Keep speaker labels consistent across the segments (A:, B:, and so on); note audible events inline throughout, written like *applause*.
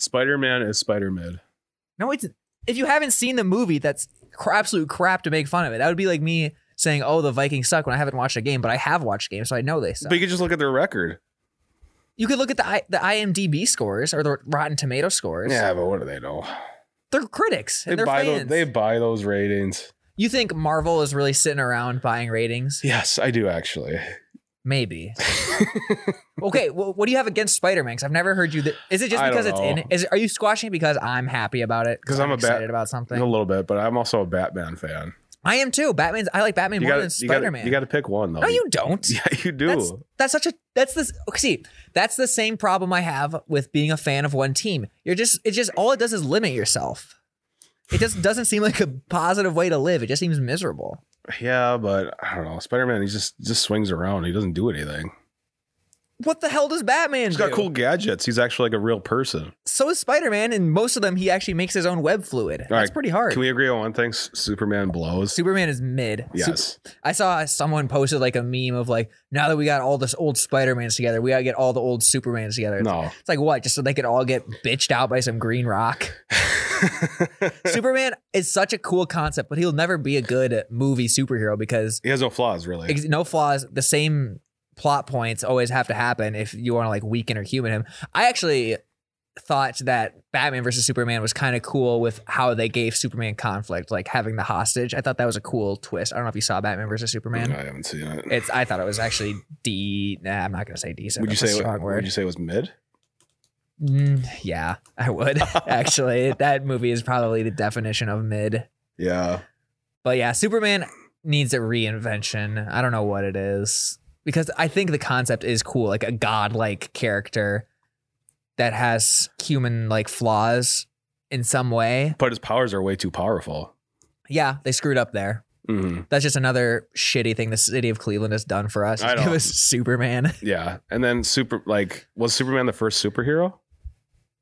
A: Spider Man is Spider Man.
B: No, it's if you haven't seen the movie, that's cr- absolute crap to make fun of it. That would be like me saying, "Oh, the Vikings suck" when I haven't watched a game, but I have watched games, so I know they suck.
A: But you could just look at their record.
B: you could look at the I, the IMDb scores or the Rotten Tomato scores.
A: Yeah, but what do they know?
B: they're critics
A: They
B: and they're
A: buy those.
B: fans.
A: They buy those ratings.
B: you think Marvel is really sitting around buying ratings?
A: Yes, I do actually.
B: Maybe. okay, well, what do you have against Spider Man? Because I've never heard you. Th- is it just
A: I don't
B: because it's in
A: know.
B: it? Is it, are you squashing it because I'm happy about it?
A: 'Cause I'm a Bat-
B: excited about something.
A: a little bit, but I'm also a Batman fan.
B: I am too. Batman's. I like Batman
A: You
B: more
A: gotta-
B: than
A: you gotta-
B: Spider Man.
A: You got to pick one though.
B: no, you
A: *laughs*
B: don't.
A: Yeah, you do.
B: That's, that's such a that's this see that's the same problem I have with being a fan of one team. You're just it just all it does is limit yourself. It just doesn't seem like a positive way to live. It just seems miserable.
A: yeah, but I don't know. Spider Man, he just just swings around. He doesn't do anything.
B: What the hell does Batman
A: He's
B: do?
A: got cool gadgets. He's actually like a real person.
B: So is Spider Man, and most of them he actually makes his own web fluid. That's
A: right.
B: pretty hard.
A: Can we agree on one thing? S- Superman blows.
B: Superman is mid. Sup-
A: Yes.
B: I saw someone posted like a meme of like, now that we got all this old Spider Mans together, we gotta get all the old Supermans together. It's,
A: No.
B: it's like what? Just so they could all get bitched out by some green rock. Superman is such a cool concept, but he'll never be a good movie superhero because
A: *laughs* he has no flaws, really.
B: ex- no flaws, the same plot points always have to happen if you want to like weaken or human him. I actually thought that Batman versus Superman was kind of cool with how they gave Superman conflict, like having the hostage. I thought that was a cool twist. I don't know if you saw Batman versus Superman.
A: I haven't seen it.
B: It's I thought it was actually de nah, I'm not gonna say decent.
A: would you
B: That's
A: say
B: a strong word?
A: would you say it was mid?
B: Mm, yeah, I would *laughs* actually. That movie is probably the definition of mid.
A: Yeah.
B: But yeah, Superman needs a reinvention. I don't know what it is because I think the concept is cool, like a godlike character that has human like flaws in some way.
A: But his powers are way too powerful.
B: Yeah, they screwed up there.
A: hmm
B: That's just another shitty thing the city of Cleveland has done for us. *laughs*
A: I
B: Give
A: know.
B: us Superman.
A: Yeah. And then super like was Superman the first superhero?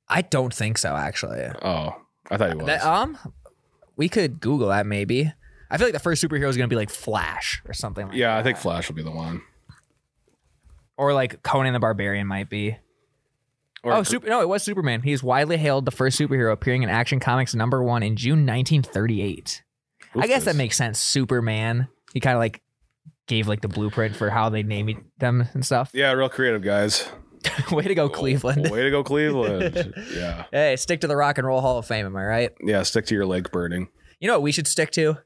B: I don't think so, actually.
A: Oh, I thought he was.
B: That, um, we could Google that maybe. I feel like the first superhero is gonna be like Flash or something. Like
A: yeah, I think
B: that.
A: Flash will be the one.
B: or like Conan the Barbarian might be.
A: Or
B: oh, super, no, it was Superman. He's widely hailed the first superhero appearing in Action Comics number one in June 1938. I guess that
A: Oofus.
B: makes sense. Superman. He kind of like gave like the blueprint for how they name them and stuff.
A: Yeah, real creative guys.
B: *laughs* Way
A: Oh,
B: to go, Oh, Cleveland.
A: Way to go,
B: *laughs*
A: Cleveland. yeah.
B: Hey, stick to the Rock and Roll Hall of Fame, am I right?
A: Yeah, stick to your leg burning.
B: You know what we should stick to?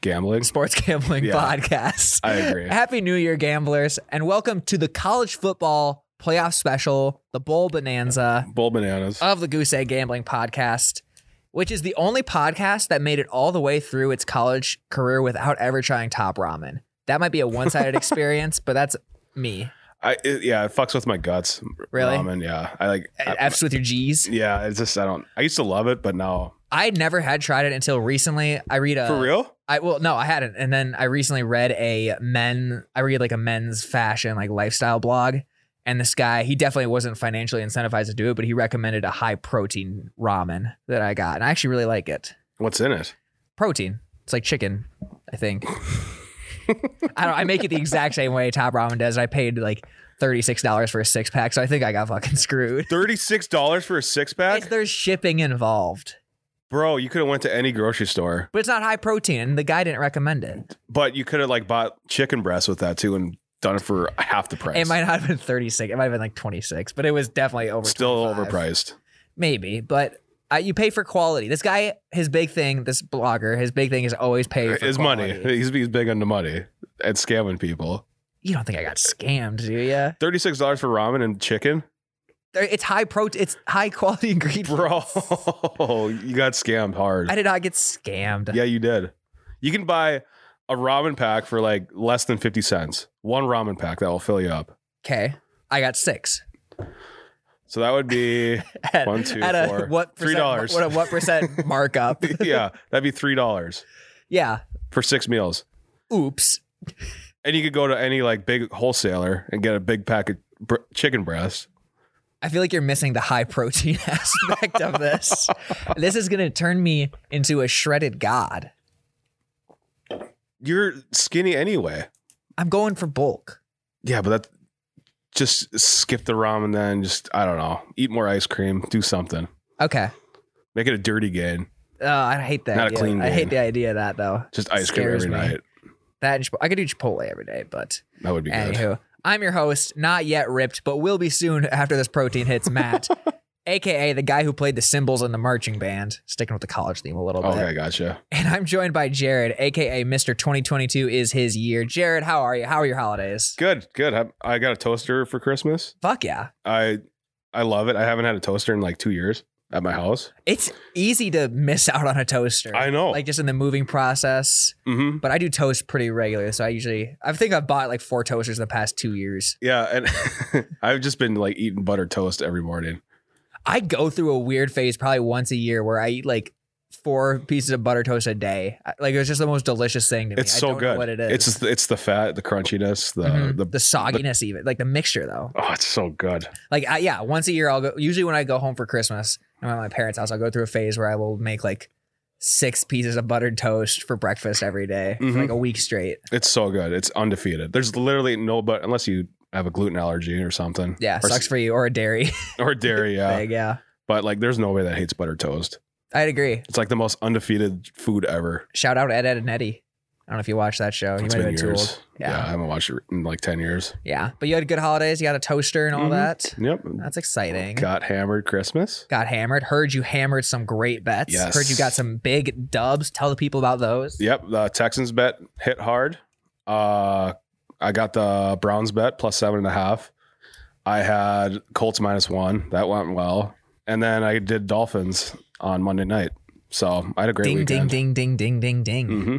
A: Gambling.
B: Sports Gambling
A: Yeah.
B: Podcast.
A: I agree.
B: *laughs* Happy New Year, gamblers, and welcome to the college football playoff special, the Bowl Bonanza.
A: Bull bananas.
B: of the Goose Egg Gambling Podcast, which is the only podcast that made it all the way through its college career without ever trying top ramen. That might be a
A: *laughs*
B: one sided experience, but that's me.
A: I it, yeah, it fucks with my guts.
B: Really? Uh,
A: Ramen, yeah. I like I-
B: F's with your G's.
A: Yeah, it's just I don't I used to love it, but now
B: I never had tried it until recently. I read a
A: for real?
B: I well, no, I hadn't. And then I recently read a men. I read like a men's fashion like lifestyle blog, and this guy he definitely wasn't financially incentivized to do it, but he recommended a high protein ramen that I got, and I actually really like it.
A: What's in it?
B: protein. It's like chicken, I think. I don't. I make it the exact same way Top Ramen does. I paid like thirty six dollars for a six pack, so I think I got fucking screwed.
A: Thirty-six dollars for a six-pack,
B: It's, there's shipping involved,
A: bro. You could have went to any grocery store,
B: but it's not high protein, and the guy didn't recommend it.
A: but you could have like bought chicken breast with that too and done it for half the price.
B: It might not have been thirty six. It might have been like twenty six, but it was definitely over.
A: Still
B: 25.
A: overpriced.
B: maybe, but. Uh, you pay for quality. This guy, his big thing, this blogger, his big thing is always pay for
A: His money. *laughs*
B: quality.
A: He's, he's big on the money and scamming people.
B: You don't think I got scammed, do you?
A: Thirty-six dollars for ramen and chicken, *laughs*
B: It's high protein. It's high quality *laughs* ingredients.
A: bro. you got scammed hard.
B: I did not get scammed.
A: Yeah, you did. You can buy a ramen pack for like less than 50 cents. One ramen pack that will fill you up.
B: Okay. I got six. *laughs*
A: So that would be, *laughs*
B: At,
A: One, two,
B: at a
A: four,
B: what
A: three
B: percent,
A: dollars.
B: What a what
A: *laughs*
B: percent markup?
A: yeah, that'd be $3
B: yeah.
A: for six meals.
B: Oops.
A: And you could go to any like big wholesaler and get a big pack of br- chicken breast.
B: I feel like you're missing the high protein *laughs* aspect of this. this is gonna turn me into a shredded god.
A: You're skinny anyway.
B: I'm going for bulk.
A: Yeah, but that just skip the ramen then. Just, I don't know, eat more ice cream, do something.
B: Okay.
A: Make it a dirty game.
B: Oh, I hate that.
A: Not a
B: idea.
A: clean
B: I hate
A: game.
B: the idea of that though.
A: Just ice cream
B: Scares
A: every
B: me.
A: night.
B: That and Chipotle. I could do Chipotle every day, but
A: That would be good.
B: anywho, I'm your host, not yet ripped, but will be soon after this protein hits
A: *laughs*
B: Matt, aka the guy who played the cymbals in the marching band, sticking with the college theme a little bit.
A: Okay, gotcha.
B: And I'm joined by Jared, aka Mr. 2022 is his year. Jared, how are you? How are your holidays?
A: Good, good. I, I got a toaster for Christmas.
B: Fuck yeah.
A: I I love it. I haven't had a toaster in like two years at my house.
B: It's easy to miss out on a toaster.
A: I know.
B: Like just in the moving process.
A: hmm
B: But I do toast pretty regularly. So I usually, I think I've bought like four toasters in the past two years.
A: Yeah, and *laughs* I've just been like eating butter toast every morning.
B: I go through a weird phase probably once a year where I eat like four pieces of butter toast a day. I- Like it's just the most delicious thing to me.
A: It's
B: I
A: so
B: don't know
A: good.
B: what it is.
A: It's just, it's the fat, the crunchiness, the
B: Mhm.
A: the
B: the sogginess, even like the mixture though.
A: oh, it's so good.
B: Like I, yeah, once a year I'll go. Usually when I go home for Christmas, I'm at my parents' house. I'll go through a phase where I will make like six pieces of buttered toast for breakfast every day for
A: Mhm.
B: like a week straight.
A: It's so good. It's undefeated. There's literally no but unless you have a gluten allergy or something.
B: Yeah,
A: or,
B: sucks for you or a dairy
A: *laughs* or dairy.
B: *laughs*
A: Yeah,
B: thing. Yeah,
A: but like there's nobody that hates butter toast.
B: I'd agree.
A: It's like the most undefeated food ever.
B: Shout out Ed, Ed and Eddie. I don't know if you watched that show. Oh, You
A: It's
B: might have
A: been
B: been too
A: years.
B: old.
A: Yeah. I
B: Yeah.
A: haven't watched it in like ten years.
B: yeah, But you had good holidays. You got a toaster and all
A: Mhm.
B: that.
A: Yep.
B: That's exciting.
A: Got hammered Christmas.
B: Got hammered. Heard you hammered some great bets.
A: Yes.
B: Heard you got some big dubs. Tell the people about those.
A: Yep, the Texans bet hit hard. Uh, I got the Browns bet plus seven and a half. I had Colts minus one. That went well, and then I did Dolphins on Monday night. So I had a great
B: Ding, ding,
A: weekend.
B: ding, ding, ding, ding, ding.
A: hmm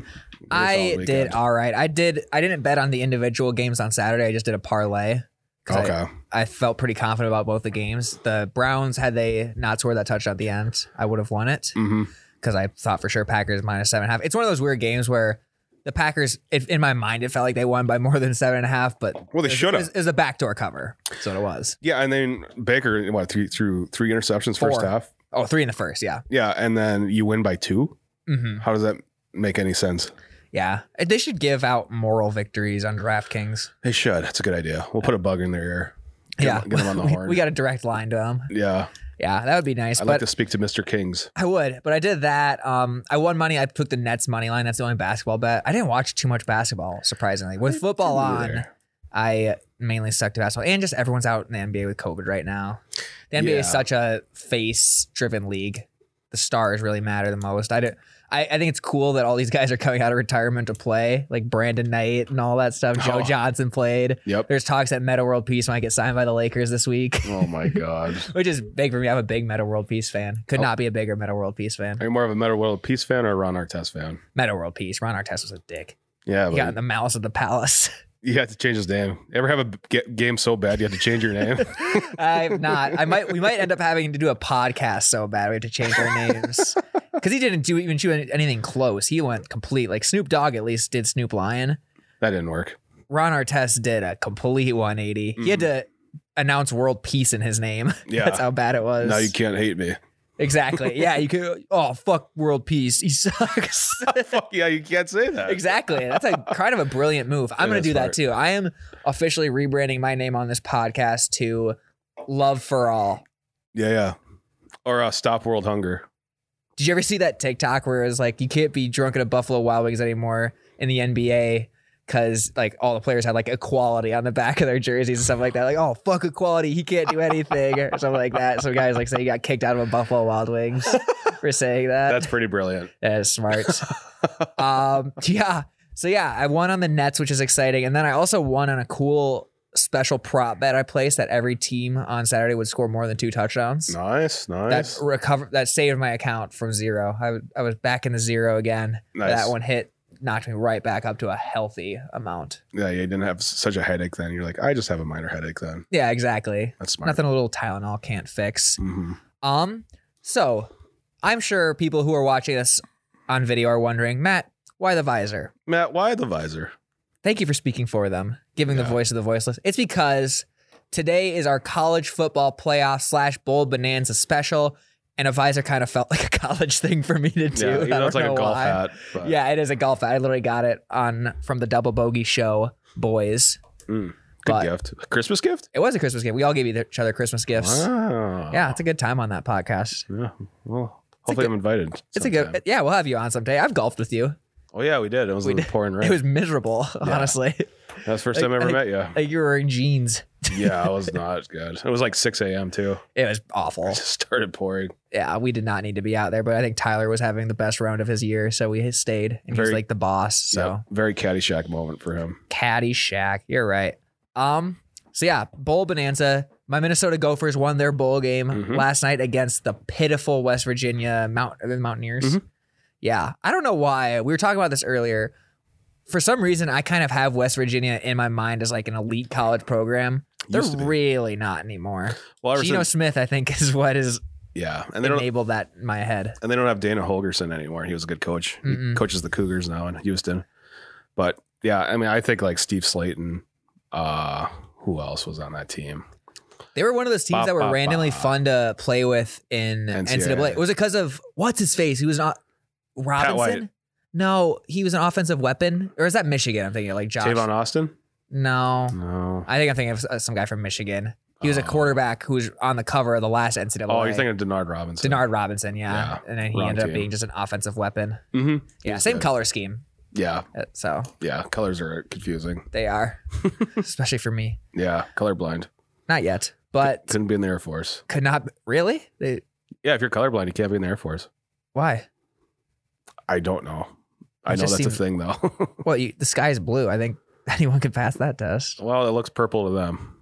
B: I did all right. I did. I didn't bet on the individual games on Saturday. I just did a parlay. 'Cause I-
A: Okay.
B: I, felt pretty confident about both the games. The Browns had they not scored that touchdown at the end, I would have won it
A: hmm
B: because I thought for sure Packers minus seven and a half. It's one of those weird games where the Packers, it, in my mind, it felt like they won by more than seven and a half, but
A: Well, they
B: it was-
A: should
B: It was,
A: have.
B: it was a backdoor cover. That's what it was.
A: Yeah, and then Baker what three through three interceptions first
B: Four.
A: half.
B: Oh, three in the first. Yeah.
A: Yeah, and then you win by two.
B: hmm
A: How does that make any sense?
B: Yeah. They should give out moral victories on DraftKings.
A: They should. That's a good idea. We'll put a bug in their ear. Get
B: yeah.
A: them- get them on the
B: *laughs* We-
A: horn.
B: we got a direct line to them.
A: Yeah,
B: Yeah. That would be nice.
A: I'd
B: but
A: like to speak to Mr. Kings.
B: I would, but I did that. Um, I won money. I took the Nets money line. That's the only basketball bet. I didn't watch too much basketball, surprisingly. With football
A: didn't
B: on,
A: either.
B: I mainly stuck to basketball, and just everyone's out in the NBA with COVID right now. The NBA
A: Yeah.
B: is such a face-driven league. The stars really matter the most. I, did, I I think it's cool that all these guys are coming out of retirement to play, like Brandon Knight and all that stuff. Joe
A: Oh.
B: Johnson played.
A: Yep.
B: There's talks that Meta World Peace might get signed by the Lakers this week, *laughs*
A: Oh my *laughs* god.
B: which is big for me. I'm a big Meta World Peace fan. Could
A: Oh.
B: not be a bigger Meta World Peace fan.
A: Are you more of a Metal World Peace fan or a Ron Artest fan?
B: Meta World Peace. Ron Artest was a dick.
A: Yeah,
B: He
A: but
B: got in the mouths of the palace. *laughs*
A: you had to change his name. Ever have a ge- game so bad you had to change your
B: *laughs*
A: name?
B: I've not. I might. We might end up having to do a podcast so bad we have to change our
A: *laughs*
B: names because he didn't do even do any- anything close. He went complete. Like Snoop Dogg at least did Snoop Lion.
A: that didn't work.
B: Ron Artest did a complete 180. He had to announce world peace in his name.
A: Mm-hmm.
B: *laughs*
A: Yeah.
B: That's how bad it was.
A: now you can't hate me.
B: exactly. Yeah. You could. Oh fuck, world peace. He sucks.
A: *laughs* Fuck yeah, you can't say that.
B: Exactly.
A: *laughs*
B: That's a kind of a brilliant move.
A: It
B: I'm going
A: is
B: to do that
A: smart.
B: too. I am officially rebranding my name on this podcast to Love for All.
A: Yeah, yeah. Or uh, Stop World Hunger.
B: Did you ever see that TikTok where it was like you can't be drunk at a Buffalo Wild Wings anymore in the NBA because like all the players had like equality on the back of their jerseys and stuff like that. Like, oh fuck equality, he can't do anything or something like that. Some guys like say you got kicked out of a Buffalo
A: *laughs*
B: Wild Wings for saying that.
A: That's pretty
B: *laughs*
A: brilliant.
B: That
A: *laughs*
B: is smart. um, yeah. So yeah, I won on the Nets, which is exciting, and then I also won on a cool special prop bet I placed that every team on Saturday would score more than two touchdowns.
A: Nice, nice.
B: That recover that saved my account from zero. I, w- I was back in the zero again.
A: nice.
B: That one hit knocked me right back up to a healthy amount.
A: Yeah, you didn't have such a headache then. You're like, I just have a minor headache then.
B: Yeah, exactly.
A: That's smart.
B: Nothing a little Tylenol can't fix.
A: hmm
B: Um, so I'm sure people who are watching this on video are wondering, Matt, why the visor?
A: Matt, why the
B: *laughs*
A: visor?
B: Thank you for speaking for them, giving the
A: Yeah.
B: voice of the voiceless. It's because today is our college football playoff slash bowl bonanza special, and a visor kind of felt like a *laughs* college thing for me to do.
A: yeah, even
B: I
A: though it's
B: don't
A: like a
B: know
A: golf
B: why.
A: hat. But
B: Yeah, it is a golf hat. I literally got it on from the Double Bogey Show, boys.
A: Mm, Good
B: But-
A: gift. Christmas gift?
B: It was a Christmas gift. We all gave each other Christmas gifts.
A: Wow.
B: Yeah, it's a good time on that podcast.
A: Yeah. Well, hopefully
B: good-
A: I'm invited.
B: It's a good.
A: sometime.
B: Yeah, we'll have you on someday. I've golfed with you.
A: Oh yeah, we did. It was
B: We
A: in the pouring rain.
B: It was miserable, *laughs*
A: Yeah.
B: honestly.
A: That's the first time
B: like,
A: I ever
B: I
A: met
B: *laughs*
A: you.
B: Like you were in jeans.
A: Yeah, I was not good. It was like 6 a.m. too.
B: It was
A: I *laughs*
B: awful.
A: just started pouring.
B: Yeah, we did not need to be out there, but I think Tyler was having the best round of his year, so we stayed. And he's
A: Very-
B: like the boss. So
A: So very Caddyshack moment for him.
B: Caddy Shack. You're right. Um, so yeah, bowl bonanza. My Minnesota Gophers won their bowl game
A: Mhm.
B: last night against the pitiful West Virginia Mount the Mountaineers.
A: Mhm.
B: Yeah, I don't know why we were talking about this earlier. For some reason, I kind of have West Virginia in my mind as like an elite college program. They're
A: Used to be.
B: really not anymore.
A: Well, ever
B: Geno
A: since,
B: Smith, I think, is what has
A: yeah, and they don't
B: enabled that in my head.
A: and they don't have Dana Holgerson anymore. He was a good coach. He
B: Mm-mm.
A: coaches the Cougars now in Houston. But yeah, I mean, I think like Steve Slayton. Uh, who else was on that team?
B: They were one of those teams
A: Ba,
B: that were
A: ba,
B: randomly
A: ba.
B: fun to play with in
A: NCAA.
B: NCAA. Was it because of what's his face? He was not Robinson.
A: White.
B: No, he was an offensive weapon, or is that Michigan? I'm thinking like Josh.
A: Tavon Austin?
B: No,
A: No.
B: I think I'm thinking of uh, some guy from Michigan. He was a
A: Oh.
B: quarterback who was on the cover of the last NCAA.
A: Oh, you're thinking of Denard Robinson.
B: Denard Robinson? Yeah,
A: Yeah,
B: and then he
A: wrong
B: ended up
A: team.
B: being just an offensive weapon.
A: hmm
B: Yeah,
A: was
B: same
A: good.
B: color scheme.
A: Yeah,
B: Uh, So
A: yeah. Colors are confusing. *laughs*
B: they are, especially for me.
A: Yeah, colorblind.
B: Not yet, but
A: Couldn't be in the Air Force.
B: could not really. They,
A: Yeah, if you're colorblind, you can't be in the Air Force.
B: why?
A: I don't know. I
B: It
A: know
B: just
A: that's a
B: seems-
A: thing though. *laughs*
B: Well, you, the sky is blue. I think *laughs* anyone could pass that test.
A: well, it looks purple to them.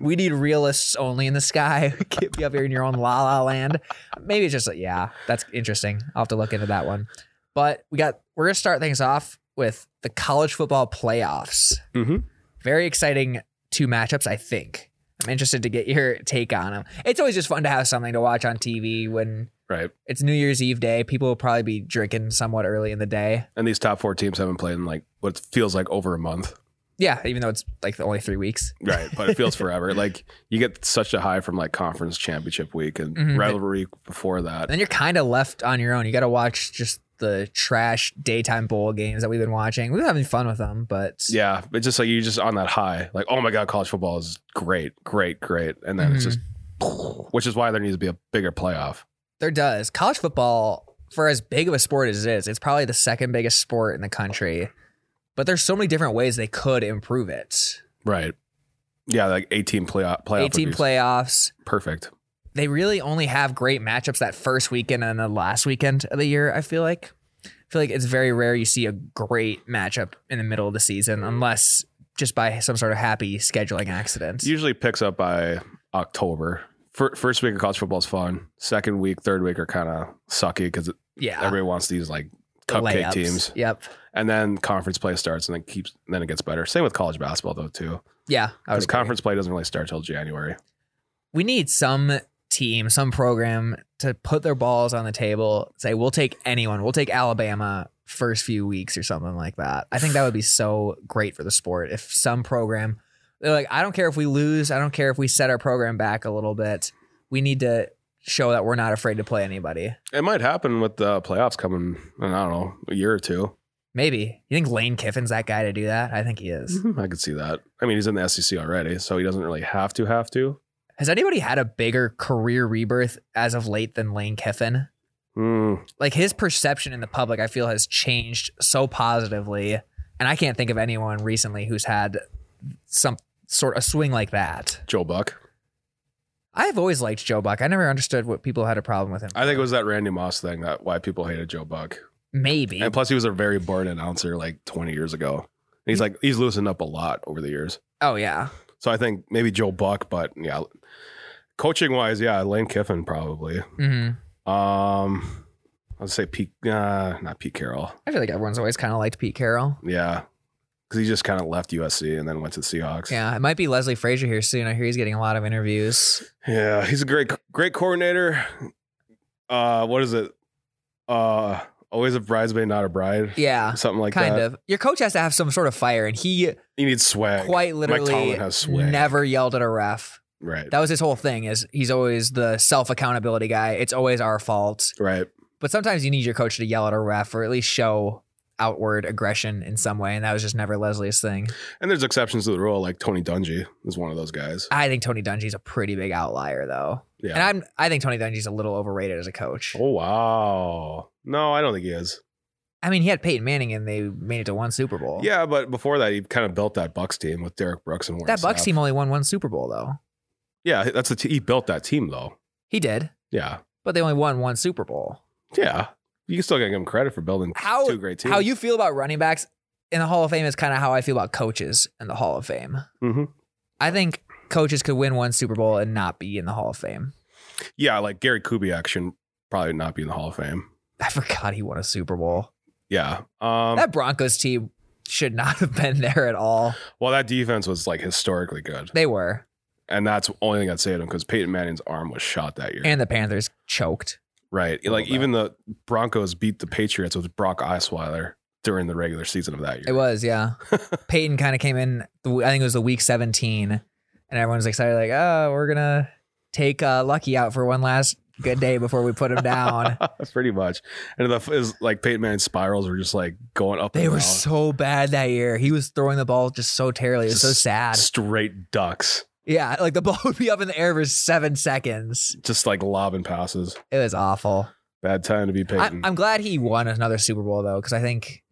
B: we need realists only in the sky. *laughs* Can't be up here in your own la la land. Maybe it's just like, yeah, that's interesting. I'll have to look into that one. But we got we're gonna start things off with the college football playoffs.
A: Mhm.
B: Very exciting two matchups, I think. I'm interested to get your take on them. It's always just fun to have something to watch on TV when
A: Right.
B: it's New Year's Eve day. People will probably be drinking somewhat early in the day.
A: And these top four teams haven't played in like what feels like over a month.
B: Yeah, even though it's like only three weeks.
A: Right. But it
B: *laughs*
A: feels forever. like you get such a high from like conference championship week and
B: Mhm.
A: rivalry before that.
B: And then you're kind of left on your own. You got to watch just the trash daytime bowl games that we've been watching. We've been having fun with them, but
A: Yeah. But just like you're just on that high. Like, oh my God, college football is great, great, great. And then it's
B: Mm-hmm.
A: just, *laughs* which is why there needs to be a bigger playoff.
B: there does. College football, for as big of a sport as it is, it's probably the second biggest sport in the country. But there's so many different ways they could improve it.
A: Right. Yeah. Like 18 playoff, playoff
B: 18
A: would be
B: playoffs.
A: Perfect.
B: They really only have great matchups that first weekend and the last weekend of the year, I feel like. I feel like it's very rare you see a great matchup in the middle of the season unless just by some sort of happy scheduling accident.
A: Usually picks up by October. Fir- First week of college football is fun. Second week, third week are kind of sucky because
B: yeah.
A: everybody wants these like
B: the
A: cupcake
B: layups.
A: teams.
B: Yep.
A: and then conference play starts and then keeps and then it gets better same with college basketball though too
B: Yeah. I would
A: because
B: agree.
A: conference play doesn't really start till january
B: We need some team, some program to put their balls on the table. Say we'll take anyone. We'll take Alabama first few weeks or something like that. I think that would be so great for the sport if some program they're like, I don't care if we lose. I don't care if we set our program back a little bit. We need to show that we're not afraid to play anybody.
A: it might happen with the playoffs coming in, i don't know a year or 2
B: Maybe you think Lane Kiffin's that guy to do that? I think he is.
A: Mm-hmm. i could see that i mean he's in the sec already so he doesn't really have to have to
B: Has anybody had a bigger career rebirth as of late than Lane Kiffin?
A: Hmm.
B: like his perception in the public i feel has changed so positively and i can't think of anyone recently who's had some sort of swing like that
A: joe buck
B: i've always liked joe buck i never understood what people had a problem with him
A: i think it was that randy moss thing that why people hated joe buck
B: maybe
A: and plus he was a very boring announcer like 20 years ago and he's like he's loosened up a lot over the years
B: oh yeah
A: so i think maybe joe buck but yeah coaching wise yeah lane kiffin probably
B: hmm
A: Um, I'd say Pete, uh, not Pete Carroll.
B: i feel like everyone's always kind of liked pete carroll
A: Yeah, because he just kind of left USC and then went to the Seahawks.
B: yeah it might be leslie frazier here soon i hear he's getting a lot of interviews
A: yeah, he's a great, great coordinator. Uh, what is it? Uh, always a bridesmaid, not a bride.
B: yeah
A: Something like
B: kind
A: that.
B: of your coach has to have some sort of fire and he
A: He needs swag.
B: quite literally
A: Tomlin has swag.
B: never yelled at a ref
A: Right.
B: that was his whole thing is he's always the self accountability guy it's always our fault
A: right.
B: But sometimes you need your coach to yell at a ref or at least show outward aggression in some way, and that was just never Leslie's thing.
A: And there's exceptions to the rule, like Tony Dungy is one of those guys.
B: I think Tony Dungy's a pretty big outlier though.
A: Yeah.
B: And I'm I think Tony Dungy's a little overrated as a coach.
A: Oh wow. No, I don't think he is.
B: I mean, he had Peyton Manning and they made it to one Super Bowl.
A: Yeah, but before that, he kind of built that Bucks team with Derek Brooks and Warren
B: That Bucks
A: Sapp.
B: team only won one Super Bowl though.
A: Yeah, that's the t- he built that team though.
B: He did,
A: Yeah,
B: but they only won one Super Bowl.
A: yeah. You can still give him credit for building
B: How-
A: two great teams.
B: How you feel about running backs in the Hall of Fame is kind of how I feel about coaches in the Hall of Fame.
A: Mhm.
B: I think coaches could win one Super Bowl and not be in the Hall of Fame. *laughs*
A: Yeah, like Gary Kubiak should probably not be in the Hall of Fame.
B: I forgot he won a Super Bowl.
A: Yeah. Um,
B: that Broncos team should not *laughs* have been there at all.
A: well, that defense was like historically good,
B: They were,
A: and that's the only thing I'd say to him because Peyton Manning's arm was shot that year.
B: and the Panthers choked.
A: right.
B: Well,
A: Like
B: that-
A: even the Broncos beat the Patriots with Brock Osweiler during the regular season of that
B: It
A: year.
B: was, yeah. Peyton kind of came in. the- I think it was the week seventeen, and everyone's excited, like, "Oh, we're gonna take uh, Lucky out for one last good day before we put him
A: *laughs*
B: down."
A: Pretty much, and the is like Peyton Manning's spirals were just like going up.
B: They
A: and
B: were
A: down.
B: so bad that year. He was throwing the ball just so terribly. It was so
A: Just
B: sad.
A: straight ducks,
B: Yeah, *laughs* like the ball would be up in the air for seven seconds.
A: just like lobbing passes.
B: It was awful.
A: Bad time to be
B: I,
A: Peyton.
B: I'm glad he won another Super Bowl though, because I think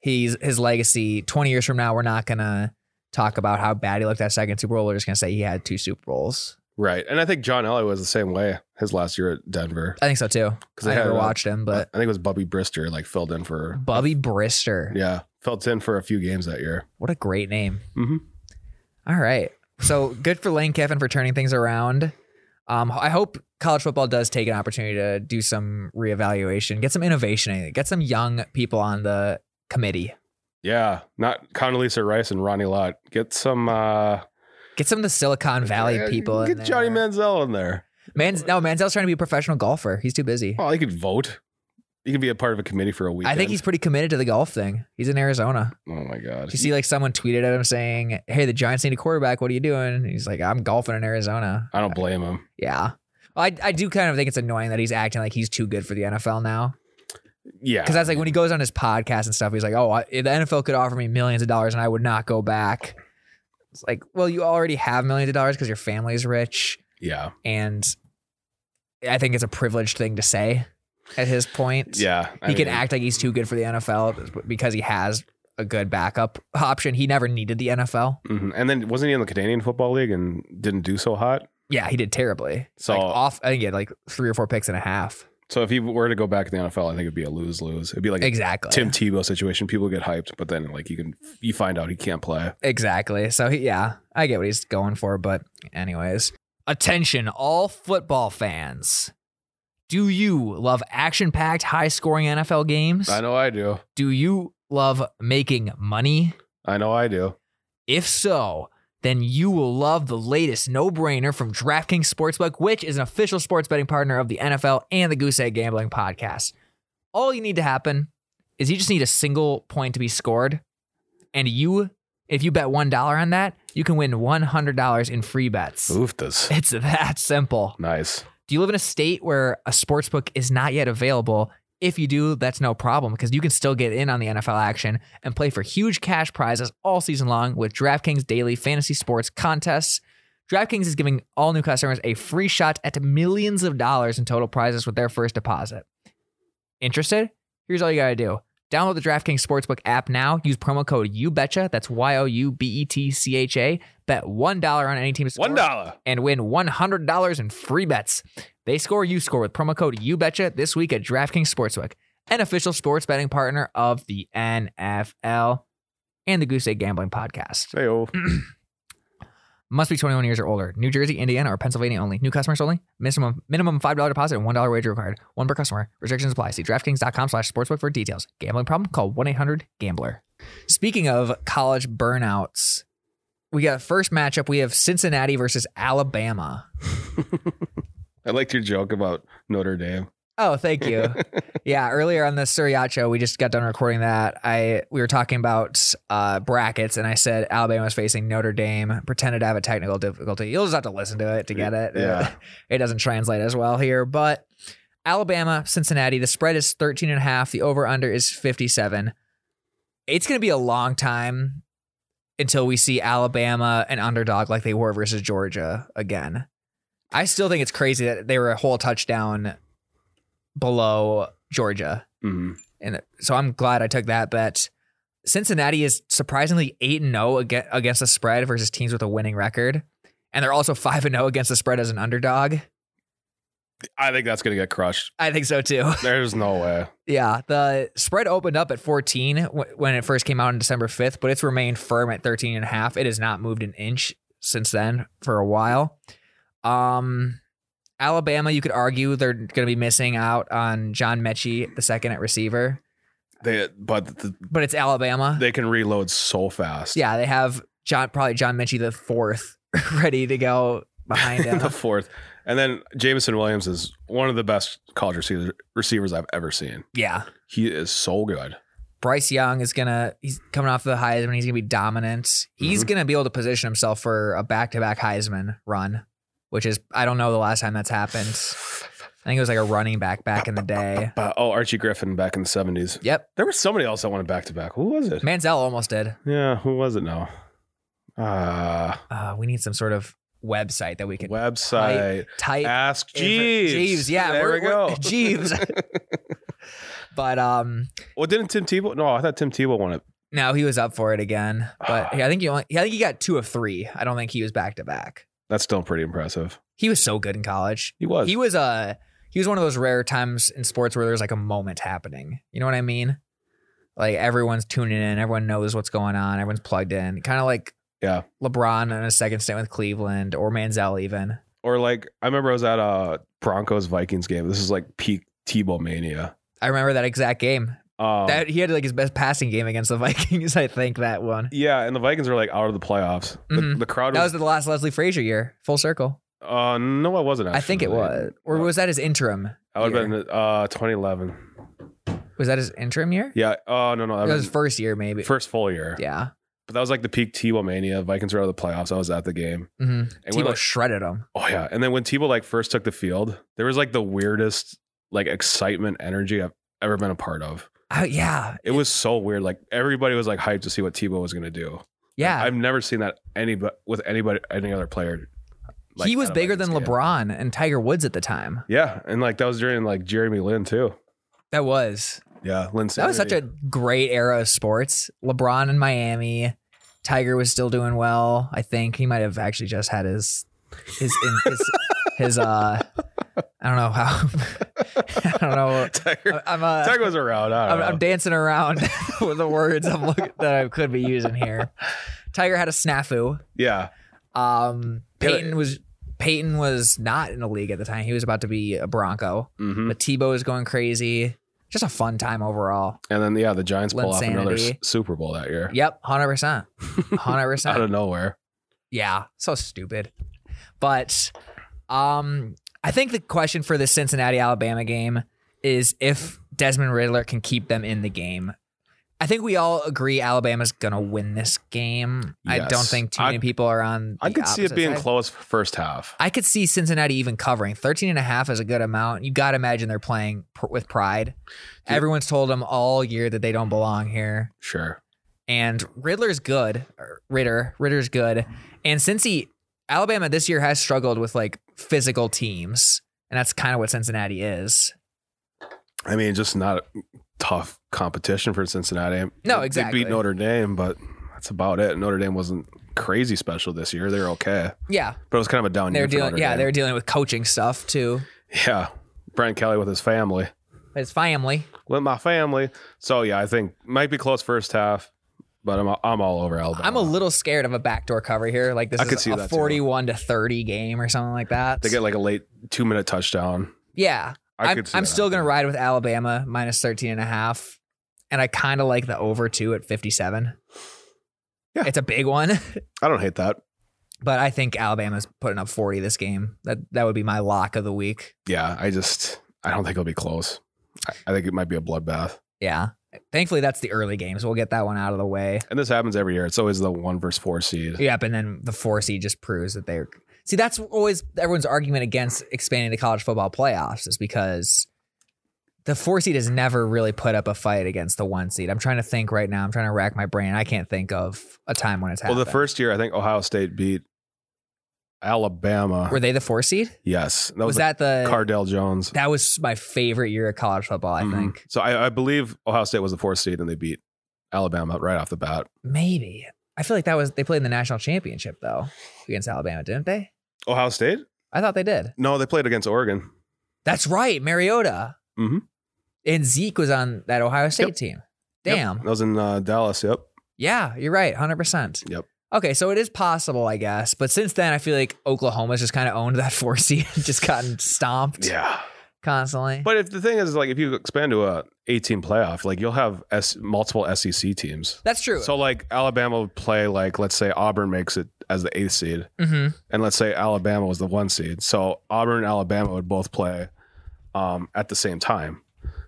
B: he's his legacy. Twenty years from now, we're not gonna talk about how bad he looked that second Super Bowl. We're just gonna say he had two Super Bowls.
A: right, and I think John Elway was the same way his last year at Denver.
B: I think so too.
A: 'Cause
B: I
A: they had,
B: never
A: uh,
B: watched him, but
A: I think it was Bubby Brister like filled in for
B: Bubby Brister.
A: yeah filled in for a few games that year.
B: What a great name.
A: Mhm.
B: All right. So good for Lane Kiffin for turning things around. Um, I hope college football does take an opportunity to do some reevaluation, get some innovation in it, get some young people on the committee,
A: Yeah, not Condoleezza Rice and Ronnie Lott. Get some uh,
B: get some of the Silicon Valley
A: yeah,
B: people. in
A: Get Johnny
B: there.
A: Manziel Oh, in there.
B: Man's no Manziel's trying to be a professional golfer. He's too busy.
A: Well, he could vote. He could be a part of a committee for a week.
B: I think he's pretty committed to the golf thing. He's in Arizona.
A: Oh my god.
B: Did you see like someone tweeted at him saying, "Hey, the Giants need a quarterback. What are you doing?" And he's like, "I'm golfing in Arizona."
A: I don't blame him.
B: Yeah. Well, I, I do kind of think it's annoying that he's acting like he's too good for the NFL now.
A: Yeah,
B: Because that's like when he goes on his podcast and stuff, he's like, "Oh, I, the NFL could offer me millions of dollars, and I would not go back." It's like, well, you already have millions of dollars because your family's rich,
A: yeah,
B: and I think it's a privileged thing to say at his point.
A: yeah. I
B: he can
A: mean,
B: act like he's too good for the NFL because he has a good backup option. He never needed the NFL.
A: mhm. And then wasn't he in the Canadian Football League and didn't do so hot?
B: Yeah, he did terribly.
A: So
B: like off, I think he had like three or four picks and a half.
A: So if he were to go back in the NFL, I think it'd be a lose lose. It'd be like
B: Exactly.
A: a Tim Tebow situation. People get hyped, but then like you can you find out he can't play.
B: Exactly. So he, yeah, I get what he's going for, but anyways, attention all football fans. Do you love action-packed, high-scoring NFL games?
A: I know I do.
B: Do you love making money?
A: I know I do.
B: If so, then you will love the latest no brainer from DraftKings Sportsbook, which is an official sports betting partner of the NFL and the Goose Egg Gambling Podcast. All you need to happen is you just need a single point to be scored. And you, if you bet $1 on that, you can win $100 in free bets.
A: Oof this.
B: It's that simple.
A: Nice.
B: Do you live in a state where a sports book is not yet available? If you do, that's no problem because you can still get in on the NFL action and play for huge cash prizes all season long with DraftKings daily fantasy sports contests. DraftKings is giving all new customers a free shot at millions of dollars in total prizes with their first deposit. Interested? Here's all you gotta do. Download the DraftKings Sportsbook app now. Use promo code YouBetcha. That's Y O U B E T C H A. Bet $1 on any team to score
A: *laughs* One dollar.
B: and win $100 in free bets. They score, you score with promo code YouBetcha this week at DraftKings Sportsbook, an official sports betting partner of the NFL and the Goose Egg Gambling Podcast.
A: Hey oh.
B: Must be 21 years or older. New Jersey, Indiana, or Pennsylvania only. New customers only. Minimum minimum $5 deposit and $1 wager required. One per customer. Restrictions apply. See DraftKings.com slash sportsbook for details. Gambling problem? Call 1-800-GAMBLER. Speaking of college burnouts, we got first matchup. We have Cincinnati versus Alabama.
A: I liked your joke about Notre Dame.
B: Oh, thank
A: *laughs*
B: you. yeah, earlier on the Suriat show, we just got done recording that. I we were talking about uh, brackets, and I said Alabama was facing Notre Dame. Pretended to have a technical difficulty. You'll just have to listen to it to get it.
A: Yeah.
B: it doesn't translate as well here, but Alabama, Cincinnati. The spread is 13 and a half. The over under is 57. it's going to be a long time until we see Alabama an underdog like they were versus Georgia again. I still think it's crazy that they were a whole touchdown below Georgia.
A: Mhm.
B: And so I'm glad I took that bet. Cincinnati is surprisingly 8 and 0 aga- against the spread versus teams with a winning record. And they're also 5 and 0 against the spread as an underdog.
A: I think that's gonna get crushed.
B: I think so too. *laughs*
A: There's no way.
B: Yeah, the spread opened up at 14 wh- when it first came out on December 5th, but it's remained firm at 13 and a half. It has not moved an inch since then for a while. Um Alabama, you could argue they're going to be missing out on John Mechie, the second at receiver,
A: They but th-
B: but it's Alabama.
A: they can reload so fast.
B: yeah, they have John probably John Mechie the fourth *laughs* ready to go behind
A: *laughs*
B: him.
A: the fourth, and then Jamison Williams is one of the best college receiver, receivers I've ever seen.
B: yeah.
A: He is so good.
B: Bryce Young is gonna he's coming off the Heisman. He's gonna be dominant. He's gonna be able to position himself for a back to back Heisman run, which is I don't know the last time that's happened. I think it was like a running back back in the day.
A: But, oh, Archie Griffin back in the seventies.
B: Yep,
A: There was somebody else that wanted back to back. Who was it?
B: Manziel almost did.
A: Yeah, who was it now? Uh
B: Uh, we need some sort of website that we can
A: website.
B: type.
A: Ask
B: in for-
A: Jeeves.
B: Jeeves, yeah,
A: there
B: we're,
A: we
B: we're-
A: go.
B: *laughs* Jeeves. but um,
A: *laughs* well, didn't Tim Tebow? No, I thought Tim Tebow won it.
B: no, he was up for it again. But I think he only, I think he got two of three. I don't think he was back to back.
A: That's still pretty impressive.
B: He was so good in college.
A: He was.
B: He was uh, he was one of those rare times in sports where there's like a moment happening. You know what I mean? Like everyone's tuning in, everyone knows what's going on, everyone's plugged in. Kind of like
A: Yeah.
B: LeBron in a second stint with Cleveland or Manziel even.
A: or like I remember I was at a Broncos Vikings game. This is like peak Tebow mania.
B: I remember that exact game.
A: Um,
B: that he had like his best passing game against the *laughs* Vikings. I think that one.
A: yeah, and the Vikings were like out of the playoffs.
B: Mhm.
A: The, the crowd
B: That was
A: was,
B: the last Leslie Frazier year. Full circle.
A: uh, no, I wasn't.
B: I think it
A: actually.
B: was, or was that his interim?
A: I would have
B: year?
A: been uh 2011.
B: Was that his interim year?
A: Yeah. Oh no no
B: That
A: that
B: was his
A: was
B: first year, maybe.
A: first full year.
B: yeah.
A: But that was like the peak Tebow mania. Vikings were out of the playoffs. I was at the game.
B: hmm
A: And when,
B: Tebow
A: like-
B: shredded him.
A: Oh yeah, and then when Tebow like first took the field, there was like the weirdest like excitement energy I've ever been a part of.
B: Oh, yeah.
A: It was so weird. Like everybody was like hyped to see what Tebow was gonna do.
B: Yeah.
A: I've never seen that any but with anybody any other player. like,
B: he was
A: at a
B: bigger
A: Vikings
B: than
A: game.
B: LeBron and Tiger Woods at the time.
A: Yeah, and like that was during like Jeremy Lin too.
B: That was
A: Yeah, Lin.
B: that was such a great era of sports. LeBron in Miami, Tiger was still doing well. I think he might have actually just had his his in,
A: *laughs*
B: his, his uh I don't know how *laughs* I don't know.
A: *laughs* Tiger,
B: I'm uh,
A: Tiger was around. I
B: I'm,
A: don't
B: I'm
A: know.
B: dancing around *laughs* with the words I'm look, that I could be using here. Tiger had a snafu.
A: yeah,
B: Um,
A: Yeah, but-
B: Peyton was Peyton was not in the league at the time. He was about to be a Bronco.
A: hmm
B: But Tebow is going crazy. Just a fun time overall.
A: and then yeah, the Giants pull off another s-
B: Linsanity.
A: Super Bowl that year
B: Yep,
A: *laughs*
B: hundred percent, hundred
A: out
B: percent.
A: of nowhere.
B: Yeah, so stupid. But um, I think the question for the Cincinnati Alabama game is if Desmond Riddler can keep them in the game. I think we all agree Alabama's gonna win this game. I
A: Yes.
B: don't think too many
A: I-
B: people are on.
A: I
B: the
A: could see it
B: opposite
A: being
B: side.
A: close first half.
B: I could see Cincinnati even covering 13 and a half is a good amount. You got to imagine they're playing pr- with pride.
A: Yeah.
B: Everyone's told them all year that they don't belong here.
A: Sure.
B: And Riddler's good. or Ritter, Ritter's good. And since he Alabama this year has struggled with like physical teams, and that's kind of what Cincinnati is.
A: I mean, just not a tough competition for Cincinnati.
B: No,
A: They
B: exactly.
A: beat Notre Dame, but that's about it. Notre Dame wasn't crazy special this year. They were okay,
B: Yeah,
A: but it was kind of a down
B: they're
A: year. for
B: dealing.
A: Notre
B: Yeah,
A: Dame.
B: they're dealing with coaching stuff too.
A: Yeah. Brian Kelly with his family.
B: His family.
A: With my family. So yeah, I think might be close first half, but I'm I'm all over Alabama.
B: I'm a little scared of a backdoor cover here. Like this
A: I
B: is
A: could see
B: a
A: that, too.
B: 41 to 30 game or something like that.
A: they get like a late two minute touchdown.
B: yeah.
A: I
B: am
A: could see
B: I'm
A: that
B: still going to
A: happening.
B: ride with Alabama minus 13 and a half. And I kind of like the over two at 57.
A: Yeah.
B: It's a big one, *laughs*
A: I don't hate that.
B: but I think Alabama's putting up 40 this game. That that would be my lock of the week.
A: Yeah, I just I don't think it'll be close. I, I think it might be a bloodbath.
B: Yeah. Thankfully, that's the early games. We'll get that one out of the way.
A: And this happens every year. It's always the one versus four seed.
B: Yep. And then the four seed just proves that they're. See, that's always everyone's argument against expanding the college football playoffs is because the four seed has never really put up a fight against the one seed. I'm trying to think right now. I'm trying to rack my brain. I can't think of a time when it's
A: Well,
B: happened.
A: the first year I think Ohio State beat Alabama.
B: were they the four seed?
A: yes, that
B: was,
A: was, the
B: that the
A: Cardell Jones.
B: that was my favorite year of college football? I
A: Mhm.
B: think
A: So I, I believe Ohio State was the fourth seed, and they beat Alabama right off the bat.
B: maybe. I feel like that was they played in the national championship though against Alabama, didn't they?
A: Ohio State?
B: I thought they did.
A: No, they played against Oregon.
B: That's right, Mariota.
A: Mhm.
B: And Zeke was on that Ohio State
A: Yep.
B: team.
A: Yep.
B: Damn.
A: that was in uh, Dallas. Yep.
B: Yeah, you're right. 100%.
A: Yep.
B: Okay, so it is possible, I guess. But since then, I feel like Oklahoma's just kind of owned that *laughs* four seed, just gotten stomped
A: Yeah.
B: constantly.
A: But if the thing is, like, if you expand to a 18 playoff, like you'll have S- multiple SEC teams.
B: That's true.
A: So like Alabama would play like let's say Auburn makes it as the eighth seed,
B: Mhm.
A: and let's say Alabama was the one seed. So Auburn and Alabama would both play um, at the same time.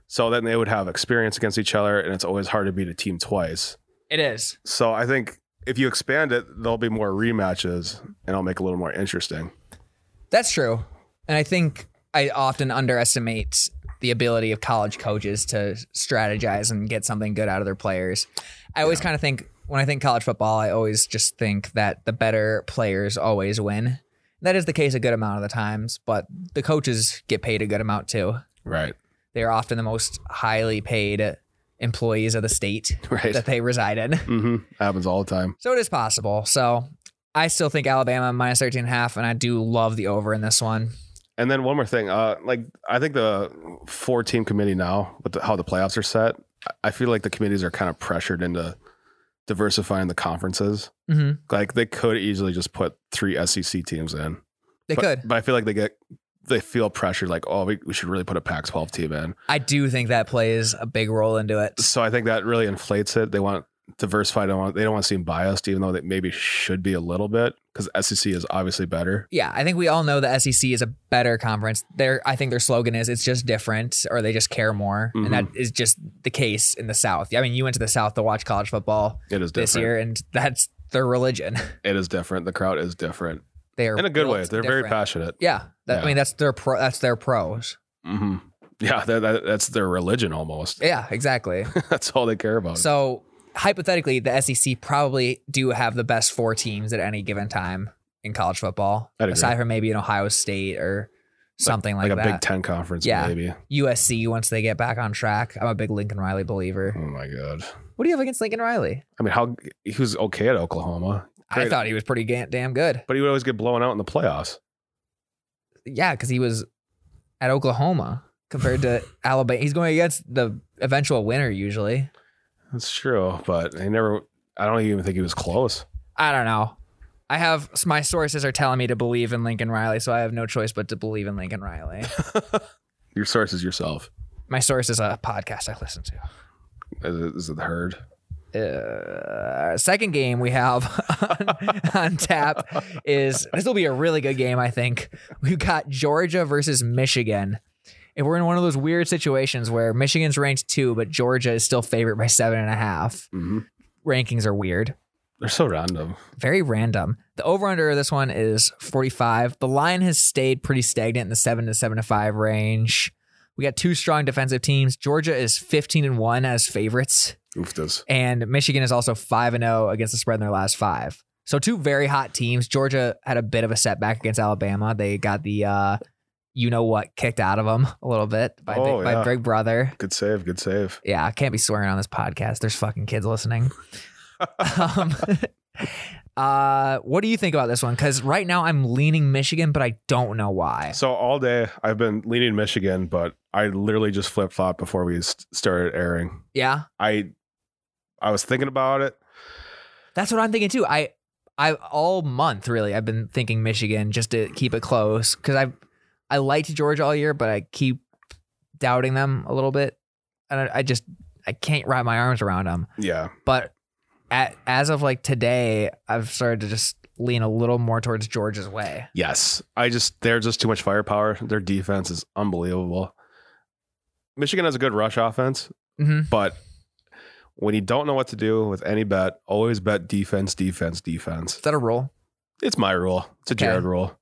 A: So then they would have experience against each other, and it's always hard to beat a team twice.
B: It is.
A: So I think if you expand it, there'll be more rematches, and it'll make it a little more interesting.
B: That's true. And I think I often underestimate the ability of college coaches to strategize and get something good out of their players. I always kind of think when I think college football, I always just think that the better players always win. That is the case a good amount of the times, but the coaches get paid a good amount too.
A: Right.
B: They are often the most highly paid employees of the state
A: *laughs* Right.
B: that they reside in.
A: hmm Happens all the time.
B: So it is possible. So I still think Alabama minus 13 and a half, and I do love the over in this one.
A: And then one more thing, uh, like I think the four-team committee now, with the, how the playoffs are set, I- I feel like the committees are kind of pressured into diversifying the conferences.
B: Mm-hmm.
A: Like they could easily just put three SEC teams in.
B: They
A: but,
B: could.
A: but I feel like they get they feel pressured, like oh, we, we should really put a Pac-12 team in.
B: I do think that plays a big role into it.
A: So I think that really inflates it. They want diversified. They don't want, they don't want to seem biased, even though they maybe should be a little bit because SEC is obviously better.
B: Yeah, I think we all know the SEC is a better conference. Their I think their slogan is it's just different or they just care more. And
A: Mm-hmm.
B: that is just the case in the South. I mean, you went to the South to watch college football
A: It is different.
B: this year and that's their religion. *laughs*
A: It is different. The crowd is different
B: they are
A: in a good way.
B: built
A: They're very
B: different.
A: passionate.
B: Yeah, that, I
A: Yeah.
B: mean that's their pro that's their pros.
A: hmm Yeah, that, that, that's their religion almost.
B: Yeah, exactly.
A: *laughs* that's all they care about.
B: so hypothetically, the SEC probably do have the best four teams at any given time in college football,
A: I'd agree.
B: aside from maybe an Ohio State or something like,
A: like a
B: that.
A: Big Ten conference,
B: Yeah.
A: maybe.
B: USC once they get back on track. I'm a big Lincoln Riley
A: Oh
B: believer.
A: my god.
B: What do you have against Lincoln Riley?
A: I mean, how he was okay at Oklahoma,
B: I
A: Great.
B: thought he was pretty ga- damn good.
A: but he would always get blown out in the playoffs.
B: Yeah, because he was at Oklahoma compared to Alabama. He's going against the eventual winner usually.
A: That's true, but he never. I don't even think he was close.
B: I don't know. I have my sources are telling me to believe in Lincoln Riley, so I have no choice but to believe in Lincoln Riley.
A: Your source is yourself.
B: my source is a podcast I listen to.
A: Is it, is it the herd?
B: uh, second game we have *laughs* on, on tap is this will be a really good game, I think. We've got Georgia versus Michigan. And we're in one of those weird situations where Michigan's ranked two, but Georgia is still favored by seven and a half.
A: Mm-hmm.
B: Rankings are weird,
A: They're so random.
B: very random. The over under of this one is 45. The line has stayed pretty stagnant in the seven to seven to five range. We got two strong defensive teams. Georgia is 15 and one as favorites
A: Ooftas.
B: and Michigan is also 5 and 0 against the spread in their last 5. So two very hot teams. Georgia had a bit of a setback against Alabama. They got the uh you know what kicked out of them a little bit by
A: Oh,
B: big, by
A: yeah.
B: Big Brother.
A: Good save. Good save.
B: Yeah, I can't be swearing on this podcast. There's fucking
A: *laughs*
B: kids listening. um *laughs* Uh, what do you think about this one? Because right now I'm leaning Michigan, but I don't know why.
A: So all day I've been leaning Michigan, but I literally just flip flop before we st- started airing.
B: Yeah,
A: I I was thinking about it.
B: That's what I'm thinking too. I I all month really I've been thinking Michigan just to keep it close because I I liked Georgia all year, but I keep doubting them a little bit, and I, I just I can't wrap my arms around them.
A: Yeah,
B: But at, as of like today, I've started to just lean a little more towards Georgia's way.
A: Yes. I just they're just too much firepower. Their defense is unbelievable. Michigan has a good rush offense,
B: Mhm.
A: but when you don't know what to do with any bet, always bet defense, defense, defense.
B: Is that a rule?
A: It's my rule. It's a
B: Okay.
A: Jared rule.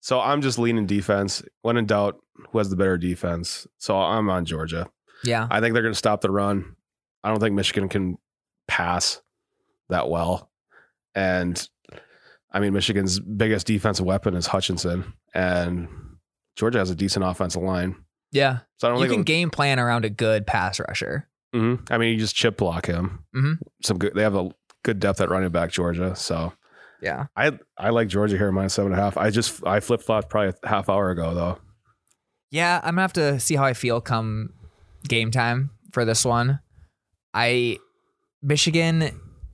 A: So I'm just leaning defense. When in doubt, who has the better defense? So I'm on Georgia.
B: Yeah.
A: I think they're going to stop the run. I don't think Michigan can pass that well. And I mean, Michigan's biggest defensive weapon is Hutchinson, and Georgia has a decent offensive line.
B: Yeah.
A: So I don't
B: You
A: think.
B: can game plan around a good pass rusher.
A: Mhm. I mean, you just chip block him.
B: Mhm.
A: Some good. They have a good depth at running back, Georgia. So
B: Yeah.
A: I I like Georgia here minus seven and a half. I just I flip flopped probably a half hour ago though.
B: Yeah, I'm gonna have to see how I feel come game time for this one. I Michigan,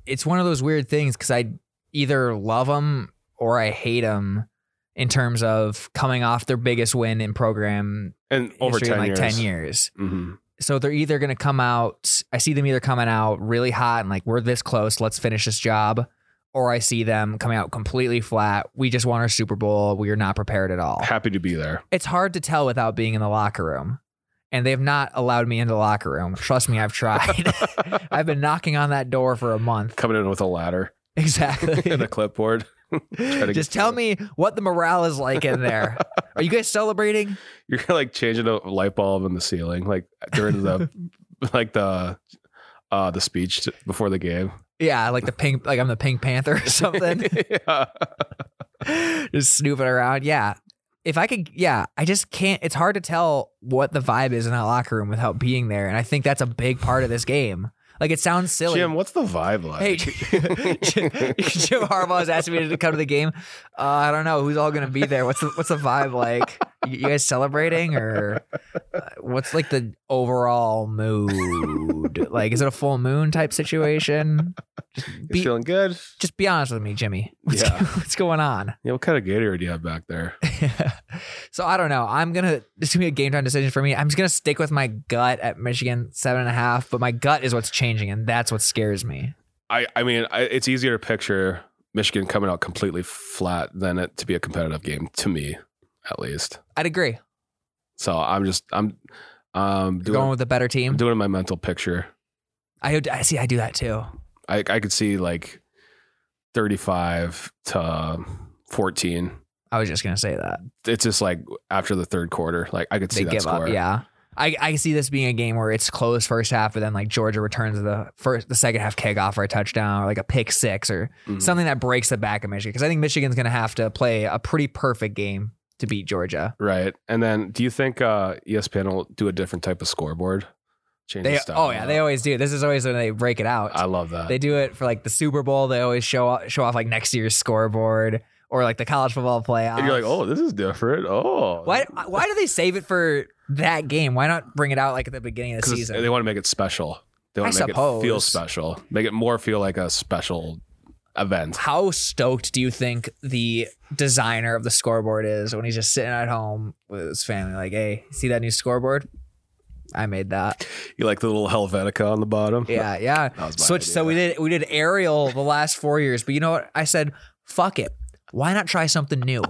B: it's one of those weird things because I either love them or I hate them in terms of coming off their biggest win in program
A: And over
B: history
A: ten
B: in like
A: years.
B: ten years.
A: hmm
B: So they're either gonna come out. I see them either coming out really hot and like we're this close, let's finish this job, or I see them coming out completely flat. We just won our Super Bowl. We are not prepared at all
A: Happy to be there.
B: it's hard to tell without being in the locker room. And they have not allowed me into the locker room. Trust me, I've tried. *laughs* I've been knocking on that door for a month. *laughs*
A: Coming in with a ladder *laughs* and
B: Exactly.
A: a clipboard. to get
B: Just tell
A: through.
B: me what the morale is like
A: *laughs*
B: in there. Are you guys celebrating?
A: You're like changing a light bulb in the ceiling, like during
B: *laughs*
A: the like the uh the speech t- before the
B: *laughs*
A: game.
B: Yeah, like the pink, like I'm the Pink Panther or something.
A: *laughs* yeah.
B: just snooping around. Yeah. If I could, yeah, I just can't. It's hard to tell what the vibe is in that locker room without being there. And I think that's a big part of this game. Like it sounds silly.
A: Jim, what's the vibe like? *laughs*
B: Hey, Jim, Jim Harbaugh has asked me to come to the game. Uh, I don't know who's all going to be there. What's the, what's the vibe like? You you guys celebrating or uh, what's like the overall mood? Like, is it a full moon type situation?
A: You
B: be-
A: feeling good?
B: Just be honest with me, Jimmy. What's,
A: Yeah.
B: *laughs* what's going on?
A: Yeah, what kind of Gatorade do you have back there?
B: *laughs* so I don't know. I'm gonna this is gonna be a game time decision for me. I'm just gonna stick with my gut at Michigan seven and a half, but my gut is what's changing, and that's what scares me.
A: I, I mean, I, it's easier to picture Michigan coming out completely flat than it to be a competitive game to me, at least.
B: I'd agree.
A: So I'm just I'm um
B: You're
A: doing
B: going with the better
A: I'm
B: team.
A: doing my mental picture.
B: I, I see. I do that too.
A: I I could see like 35 to 14.
B: I was just gonna say that
A: It's just like after the third quarter, like I could see
B: they
A: that
B: give
A: score.
B: up. Yeah, I, I see this being a game where it's close first half, but then like Georgia returns the first the second half kickoff for a touchdown or like a pick six or
A: Mhm.
B: something that breaks the back of Michigan because I think Michigan's gonna have to play a pretty perfect game to beat Georgia.
A: Right. And then do you think uh ESPN will do a different type of scoreboard? Change
B: They
A: the style.
B: oh yeah they always do. This is always when they break it out.
A: I love that.
B: They do it for like the Super Bowl. They always show off, show off like next year's scoreboard or like the college football playoffs.
A: and you're like, "Oh, this is different." Oh.
B: Why, why do they save it for that game? Why not bring it out like at the beginning of the
A: 'Cause it's-
B: season?
A: They want to make it special. They want
B: I
A: to make it feel
B: suppose.
A: special. Make it more feel like a special event.
B: How stoked do you think the designer of the scoreboard is when he's just sitting at home with his family? Like, hey, see that new scoreboard? I made that.
A: You like the little Helvetica on the bottom?
B: Yeah, yeah.
A: That was my
B: Switch. So
A: idea.
B: we did we did aerial the last four years, but you know what? I said, fuck it. Why not try something new?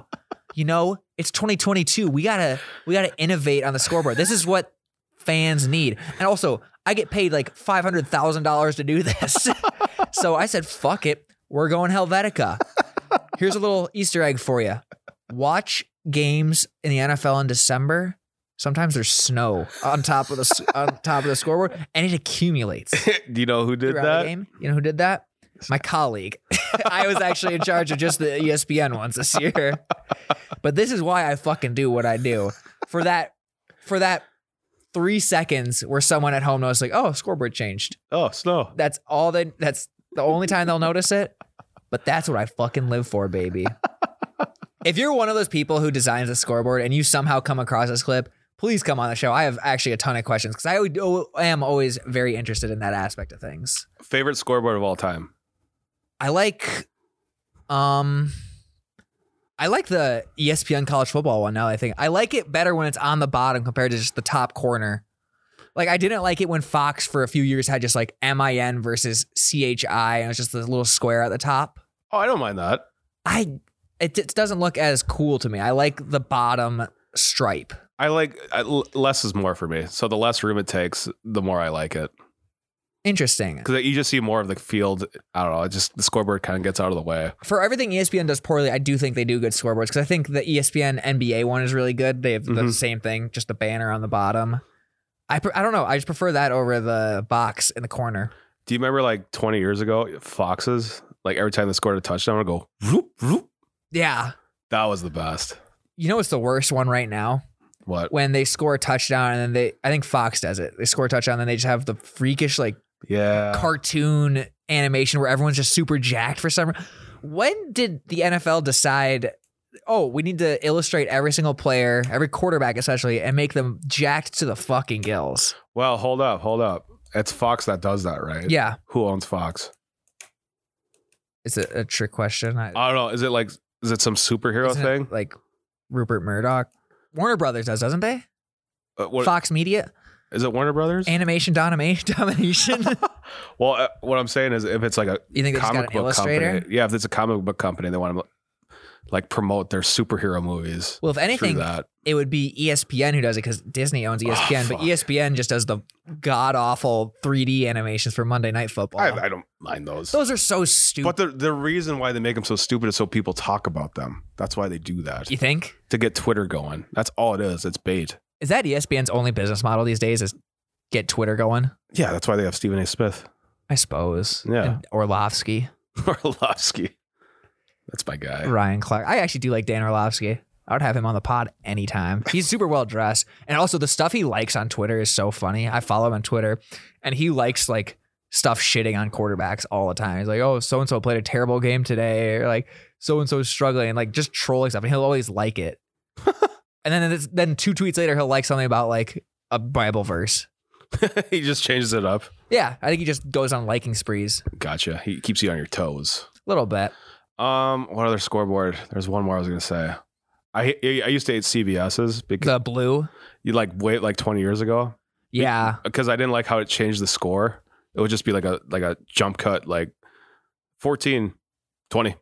B: you know, it's 2022. We gotta we gotta innovate on the scoreboard. This is what fans need. And also, I get paid like five hundred thousand dollars to do this. *laughs* so I said, fuck it. We're going Helvetica. Here's a little Easter egg for you. Watch games in the NFL in December. Sometimes there's snow on top of the s- on top of the scoreboard, and it accumulates
A: *laughs* do you know who did
B: throughout the
A: that?
B: game. You know who did that? My
A: *laughs*
B: colleague. *laughs* I was actually in charge of just the E ESPN ones this year. But this is why I fucking do what I do. For that for that 3 seconds where someone at home knows like, "Oh, scoreboard changed."
A: Oh, snow.
B: That's all they that's the only time they'll notice it. But that's what I fucking live
A: *laughs*
B: for, baby. If you're one of those people who designs a scoreboard and you somehow come across this clip, please come on the show. I have actually a ton of questions because I would- I am always very interested in that aspect of things.
A: Favorite scoreboard of all time.
B: I like um I like the E ESPN college football one now that I think. I like it better when it's on the bottom compared to just the top corner. Like I didn't like it when Fox for a few years had just like MIN versus CHI and it was just this little square at the top.
A: Oh, I don't mind that.
B: I it, it doesn't look as cool to me. I like the bottom stripe.
A: I like I, l- less is more for me. So the less room it takes, the more I like it
B: Interesting.
A: because you just see more of the field. I don't know. It just the scoreboard kind of gets out of the way.
B: for everything E ESPN does poorly, I do think they do good scoreboards because I E think the ESPN NBA one is really good. They have the
A: Mhm.
B: same thing, just the banner on the bottom. I pre- I don't know. I just prefer that over the box in the corner.
A: Do you remember like 20 years ago, Foxes? Like every time they scored a touchdown, would go roop roop.
B: Yeah.
A: That was the best.
B: You know what's the worst one right now?
A: What?
B: When they score a touchdown and then they I think Fox does it. They score a touchdown and then they just have the freakish like
A: Yeah.
B: cartoon animation where everyone's just super jacked for some when did the NFL decide oh we need to illustrate every single player every quarterback essentially and make them jacked to the fucking gills
A: well, hold up, hold up. It's Fox that does that, right?
B: yeah
A: Who owns Fox?
B: it's a, a trick question I,
A: I don't know. Is it like is it some superhero
B: isn't it,
A: thing?
B: like Rupert Murdoch Warner Brothers does doesn't they
A: Uh, what-
B: Fox Media
A: is it Warner Brothers?
B: animation domina- *laughs*
A: *laughs*
B: domination
A: well, uh, what I'm saying is if it's like a
B: you think they just got
A: comic
B: an
A: book
B: illustrator
A: company, yeah, if it's a comic book company, they want to like promote their superhero movies.
B: well if anything
A: through that.
B: it would be E ESPN who does it because Disney owns E ESPN, but
A: Ah, fuck.
B: ESPN just does the god awful 3D animations for Monday Night Football.
A: I, I don't mind those.
B: Those are so stupid.
A: But the the reason why they make them so stupid is so people talk about them. That's why they do that
B: you think
A: to get Twitter going. That's all it is. It's bait.
B: is that E ESPN's only business model these days is get Twitter going?
A: Yeah, that's why they have Stephen A. Smith, *laughs*
B: I suppose.
A: Yeah.
B: And Orlovsky,
A: Orlovsky. That's my guy.
B: Ryan Clark. I actually do like Dan Orlovsky. I would have him on the pod anytime. He's super well dressed, and also the stuff he likes on Twitter is so funny. I follow him on Twitter, and he likes like stuff shitting on quarterbacks all the time. He's like, "Oh, so and so played a terrible game today," or like, "So and so is struggling," and like just trolling stuff, and he'll always like it. and then it's- then two tweets later, he'll like something about like a Bible verse.
A: *laughs* he just changes it up.
B: Yeah, I think he just goes on liking sprees a
A: Gotcha. He keeps you on your toes.
B: little bit.
A: Um, what other scoreboard? There's one more I was gonna say. I I used to hate CBS's because
B: The blue,
A: you like wait like 20 years ago
B: yeah,
A: because I didn't like how it changed the score. It would just be like a like a jump cut like 14 20.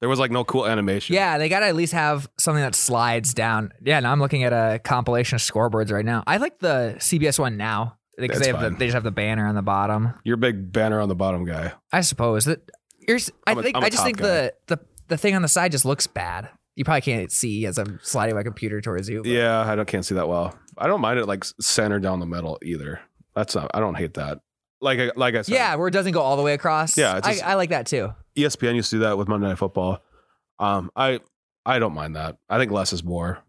A: There was like no cool animation.
B: Yeah, they gotta at least have something that slides down. Yeah, now I'm looking at a compilation of scoreboards right now. I like the CBS one now because
A: That's
B: they have the,
A: fine.
B: they just have the banner on the bottom.
A: Your big banner on the bottom guy.
B: I suppose that here's, I
A: I'm a-
B: think
A: I'm a
B: I just
A: top
B: think the, the the thing on the side just looks bad. You probably can't see as I'm sliding my computer towards you. but-
A: Yeah, I don't can't see that well. I don't mind it like center down the middle either. That's not I don't hate that. Like I like I said, E
B: yeah, where it doesn't go all the way across.
A: Yeah, it's just-
B: I, I like that too.
A: ESPN used to do that with Monday Night Football. Um I I don't mind that. I think less is more.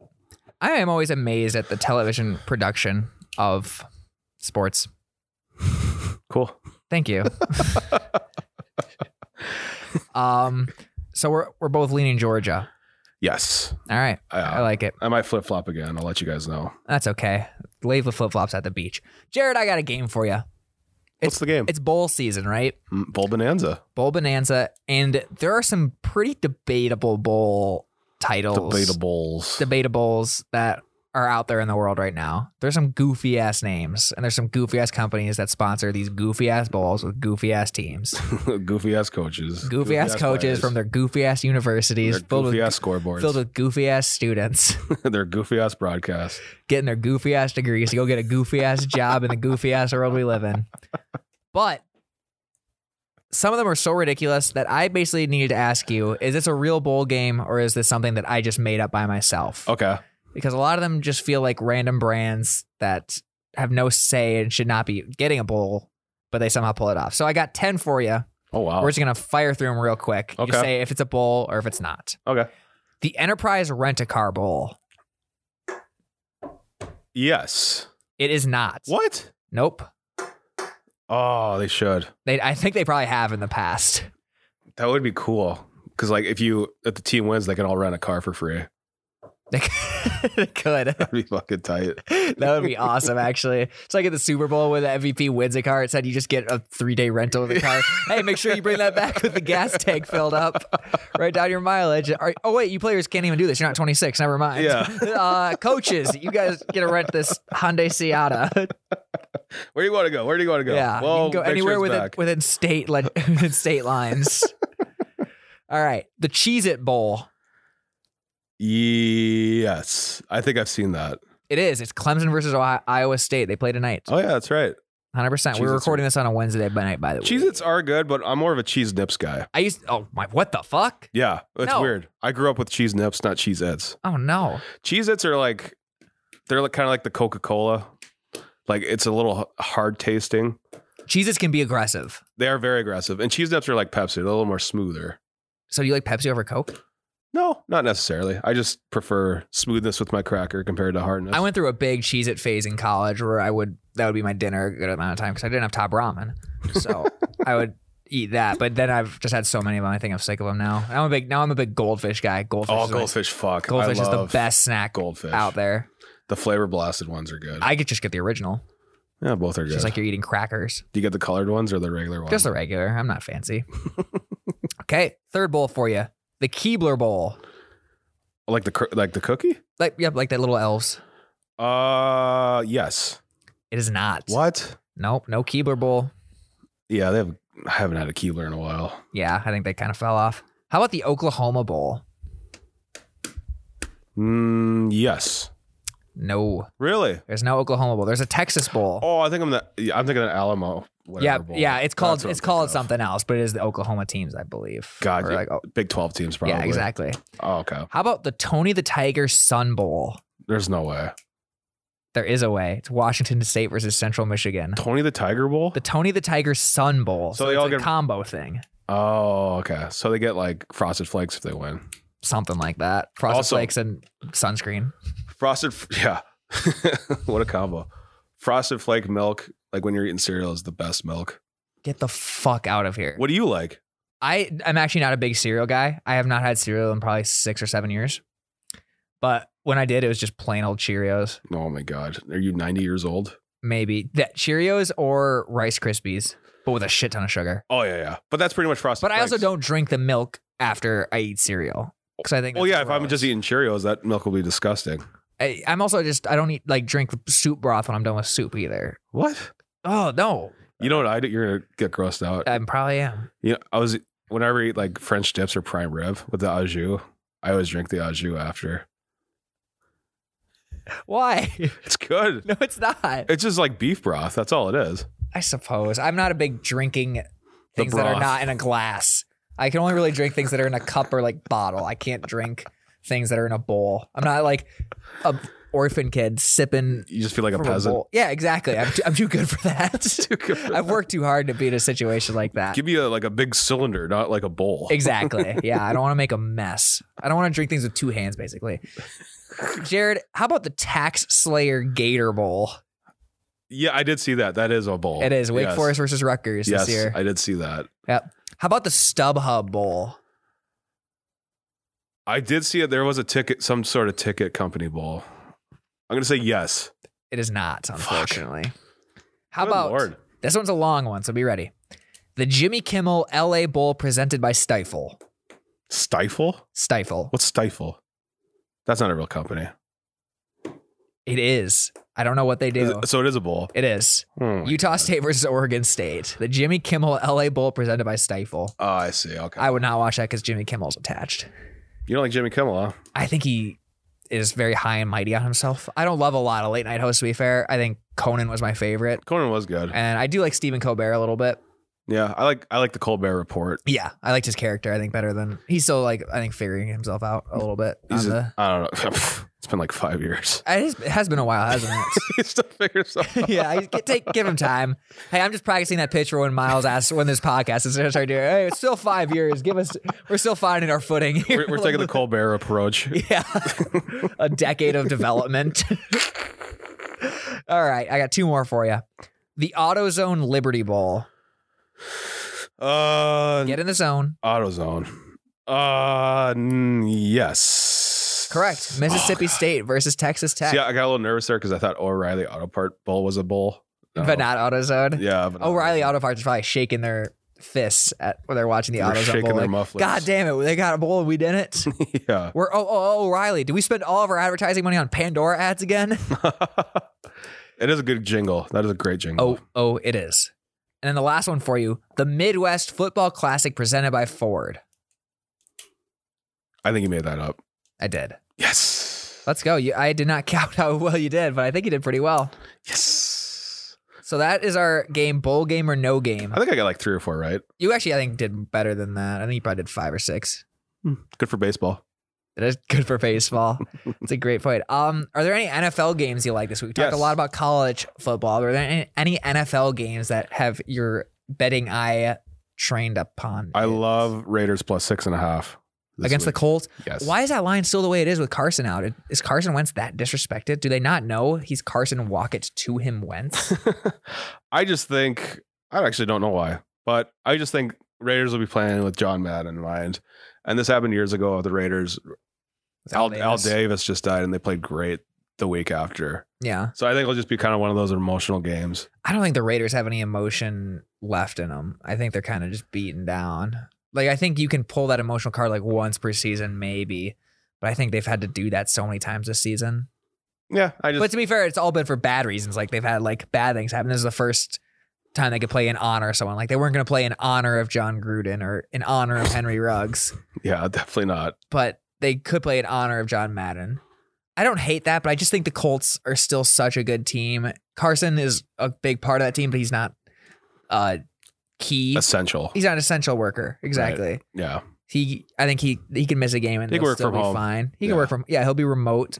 B: I am always amazed at the television production of sports.
A: Cool.
B: Thank
A: *laughs*
B: you. um, so we're we're both leaning Georgia.
A: Yes.
B: All right, I
A: I, uh,
B: like it.
A: I might flip flop again. I'll let you guys know.
B: That's okay. Leave the flip flops at the beach. Jared, I got a game for you.
A: What's the game?
B: It's bowl season, right?
A: Mm, Bull Bonanza.
B: Bowl bonanza, and there are some pretty debatable bowl titles,
A: Debatables.
B: debatables that are out there in the world right now. There's some goofy ass names, and there's some goofy ass companies that sponsor these goofy ass bowls with goofy ass
A: *laughs*
B: teams.
A: goofy ass coaches,
B: goofy ass coaches from their goofy ass universities
A: their
B: filled
A: goofy
B: with,
A: ass scoreboards,
B: filled
A: *laughs*
B: with goofy ass students *laughs*
A: their goofy ass broadcast.
B: getting their goofy ass degrees to go get a goofy ass job in the goofy ass world we live in. But some of them are so ridiculous that I basically needed to ask you is this a real bowl game or is this something that I just made up by myself?
A: Okay,
B: Because a lot of them just feel like random brands that have no say and should not be getting a bowl, but they somehow pull it off. So I got 10 for you.
A: oh wow,
B: We're just gonna fire through them real quick. You
A: Okay.
B: say if it's a bowl or if it's not.
A: okay,
B: The Enterprise Rent a Car Bowl.
A: yes.
B: It is not.
A: What?
B: Nope.
A: Oh, they should.
B: They, I think they probably have in the past. *laughs*
A: That would be cool. Because like if you if the team wins, they can all rent a car for free. *laughs*
B: They c- they could.
A: That'd be fucking tight.
B: That would be awesome, actually. It's like at the Super Bowl where the MVP wins a car. It said you just get a three day rental of the
A: *laughs*
B: car. hey, make sure you bring that back with the gas tank filled up. Write down your mileage. Are- oh, wait, you players can't even do this. You're not 26. Never mind.
A: Yeah.
B: *laughs* Uh, coaches, you guys get to rent this Hyundai
A: *laughs*
B: Ciata.
A: Where do you want to go? Where do you want to go?
B: Yeah,
A: well,
B: you can go
A: make sure
B: anywhere
A: it's
B: within
A: back.
B: within state le- *laughs* within
A: *laughs*
B: state lines. All right, the Cheez It Bowl.
A: Yes, I think I've seen that.
B: It is. It's Clemson versus Ohio- Iowa State. They play tonight.
A: Oh yeah, that's right.
B: 100. percent We were
A: Cheez-Its are-
B: recording this on a Wednesday night, by the way.
A: Cheez-Its are good, but I'm more of a cheese nips guy.
B: I used. Oh my! What the fuck?
A: Yeah, it's
B: No.
A: weird. I grew up with cheese nips, not cheese its.
B: Oh no!
A: Cheez Its are like they're like, kind of like the Coca Cola. Like it's a little h- hard tasting.
B: Cheez-Its can be aggressive.
A: They are very aggressive, and cheese dips are like Pepsi, they're a little more smoother.
B: So do you like Pepsi over Coke?
A: No, not necessarily. I just prefer smoothness with my cracker compared to hardness.
B: I went through a big Cheez It phase in college where I would that would be my dinner a good amount of time because I didn't have top ramen.
A: *laughs*
B: So I would eat that. But then I've just had so many of them. I think I'm sick of them now. I'm a big now I'm a big goldfish guy. Goldfish,
A: oh,
B: is, my-
A: goldfish, fuck! I
B: goldfish is the
A: love
B: best snack
A: goldfish
B: out there.
A: The flavor blasted ones are good.
B: I could just get the original.
A: yeah, both are
B: It's
A: good.
B: just like you're eating crackers.
A: Do you get the colored ones or the regular ones?
B: Just the regular. I'm
A: *laughs*
B: not fancy. okay. Third bowl for you. The Keebler Bowl.
A: like the cr- like the cookie?
B: Like yep, like that little elves.
A: Uh, yes.
B: It is not.
A: What?
B: Nope, no Keebler Bowl.
A: Yeah, they have. I haven't had a Keebler in a while.
B: Yeah, I think they kind of fell off. How about the Oklahoma Bowl?
A: Mm, yes.
B: No,
A: Really?
B: there's no Oklahoma Bowl. There's a Texas Bowl.
A: Oh, I think I'm the. yeah, I'm thinking of the Alamo. whatever
B: yeah,
A: bowl.
B: yeah. It's called
A: That's what
B: it's
A: I'm
B: called
A: thinking of.
B: something else, but it is the Oklahoma teams, I believe.
A: God,
B: Or
A: yeah,
B: like, oh,
A: Big Twelve teams, probably.
B: yeah, exactly.
A: Oh, okay.
B: How about the Tony the Tiger Sun Bowl?
A: There's no way.
B: There is a way. It's Washington State versus Central Michigan.
A: Tony the Tiger Bowl.
B: The Tony the Tiger Sun Bowl.
A: So
B: So,
A: they
B: it's
A: all
B: a
A: get-
B: combo thing,
A: oh, okay. So they get like Frosted Flakes if they win.
B: something like that. Frosted
A: Also-
B: Flakes and sunscreen.
A: Frosted, f- yeah. *laughs* what a combo. Frosted Flake milk, like when you're eating cereal, is the best milk.
B: Get the fuck out of here.
A: What do you like?
B: I I'm actually not a big cereal guy. I have not had cereal in probably six or seven years. But when I did, it was just plain old Cheerios.
A: Oh my God. Are you 90 years old?
B: Maybe that Cheerios or Rice Krispies, but with a shit ton of sugar.
A: Oh, yeah, yeah. But that's pretty much Frosted
B: But I also
A: Flakes.
B: don't drink the milk after I eat cereal because I think.
A: Well,
B: that's
A: yeah, if I'm
B: gross.
A: just eating Cheerios, that milk will be disgusting.
B: I, I'm also just I don't eat like drink soup broth when I'm done with soup either.
A: What?
B: Oh no,
A: You know what I do? You're going to get grossed out.
B: I probably am.
A: you know, I was, whenever I eat like French dips or prime rib with the au jus, I always drink the au jus after. *laughs*
B: Why? *laughs*
A: It's good.
B: no, it's not.
A: It's just like beef broth. That's all it is.
B: I suppose I'm not a big drinking things that are
A: broth.
B: not in a glass. I can only really drink things that are in a cup or like bottle. I can't drink things that are in a bowl. I'm not like a orphan kid sipping
A: You just feel like a
B: from
A: peasant.
B: bowl. Yeah, exactly. I'm too, I'm too good for
A: *laughs*
B: that. *laughs*
A: Too good.
B: I've worked too hard to be in a situation like that.
A: Give me a, like a big cylinder, not like a bowl.
B: Exactly. Yeah, I don't want to make a mess. I don't want to drink things with two hands, basically. Jared, how about the Tax Slayer Gator Bowl?
A: Yeah, I did see that. That is a bowl.
B: It is Wake
A: Yes.
B: Forest versus Rutgers
A: Yes,
B: this year.
A: I did see that.
B: how about the StubHub Bowl?
A: I did see it. There was a ticket, some sort of ticket company bowl. I'm gonna say yes.
B: It is not, unfortunately. How
A: Good
B: about
A: Lord.
B: this one's a long one, so be ready. The Jimmy Kimmel LA Bowl presented by Stifle.
A: Stifle?
B: Stifle.
A: What's Stifle? That's not a real company.
B: It is. I don't know what they
A: Is
B: do.
A: it- so it is a bowl.
B: It is.
A: Hmm.
B: Utah State versus Oregon State. The Jimmy Kimmel LA Bowl presented by Stifle.
A: oh, I see. Okay.
B: I would not watch that because Jimmy Kimmel's attached.
A: you don't like Jimmy Kimmel, huh?
B: I think he is very high and mighty on himself. I don't love a lot of late night hosts, to be fair. I think Conan was my favorite.
A: Conan was good.
B: And I do like Stephen Colbert a little bit.
A: Yeah, I like I like the Colbert Report.
B: Yeah, I liked his character. I think better than he's still like I think figuring himself out a little bit. On
A: He's
B: the,
A: a, I don't know. *laughs* it's been like five years. *laughs*
B: it, is, it has been a while, hasn't it? *laughs*
A: he still figures out.
B: yeah, I, get- take give him time. Hey, I'm just practicing that pitch for when Miles asks when this podcast is going to start doing. Hey, it's still five years. Give us, we're still finding our footing. Here.
A: We're, we're taking the Colbert
B: *laughs*
A: approach.
B: yeah, a decade of development. *laughs* All right, I got two more for you. The AutoZone Liberty Bowl.
A: Uh,
B: Get in the zone.
A: AutoZone. Uh, mm, yes. *sighs*
B: Correct. Mississippi State versus Texas Tech,
A: See, I got a little nervous there because I thought O'Reilly Auto Part Bowl was a bowl. No.
B: but not AutoZone.
A: Yeah. But not.
B: O'Reilly Oh, Auto Parts is probably shaking their fists at when they're watching the
A: They're
B: AutoZone
A: shaking
B: Bowl.
A: their
B: like,
A: mufflers.
B: God damn it, they got a bowl and we
A: *laughs*
B: didn't.
A: Yeah.
B: We're oh oh O'Reilly. Do we spend all of our advertising money on Pandora ads again?
A: it is a good jingle. That is a great jingle.
B: oh oh, it is. And then the last one for you, the Midwest Football Classic presented by Ford.
A: I think you made that up.
B: I did.
A: Yes.
B: Let's go. You, I did not *laughs* count how well you did, but I think you did pretty well.
A: Yes.
B: So that is our game, bowl game or no game.
A: I think I got like three or four right.
B: You actually, I think, did better than that. I think you probably did five or six.
A: Good for baseball.
B: That is good for baseball. it's a great point. Um, are there any NFL games you like this week? We talked
A: Yes.
B: a lot about college football. But are there any, any NFL games that have your betting eye trained upon?
A: I love Raiders plus six and a half. this
B: against
A: week.
B: the Colts.
A: yes.
B: Why is that line still the way it is with Carson out? Is Carson Wentz that disrespected? Do they not know he's Carson Walkett to him
A: *laughs*
B: Wentz?
A: *laughs* I just think I actually don't know why, but I just think Raiders will be playing with John Madden in mind. And this happened years ago with the Raiders. Al Davis. Al Davis just died, and they played great the week after.
B: Yeah.
A: So I think it'll just be kind of one of those emotional games.
B: I don't think the Raiders have any emotion left in them. I think they're kind of just beaten down. Like I think you can pull that emotional card like once per season, maybe. But I think they've had to do that so many times this season.
A: Yeah, I just
B: but to be fair, it's all been for bad reasons. Like they've had like bad things happen. This is the first time they could play in honor of someone. Like they weren't going to play in honor of John Gruden or in honor of Henry Ruggs.
A: yeah, definitely not.
B: but they could play in honor of John Madden. I don't hate that, but I just think the Colts are still such a good team. Carson is a big part of that team, but he's not uh key.
A: Essential.
B: He's not an essential worker. Exactly.
A: Yeah.
B: He I think he he can miss a game and
A: He can
B: they'll
A: work
B: still
A: from
B: be
A: home.
B: fine. He can
A: Yeah.
B: work from yeah, he'll
A: *laughs*
B: be remote.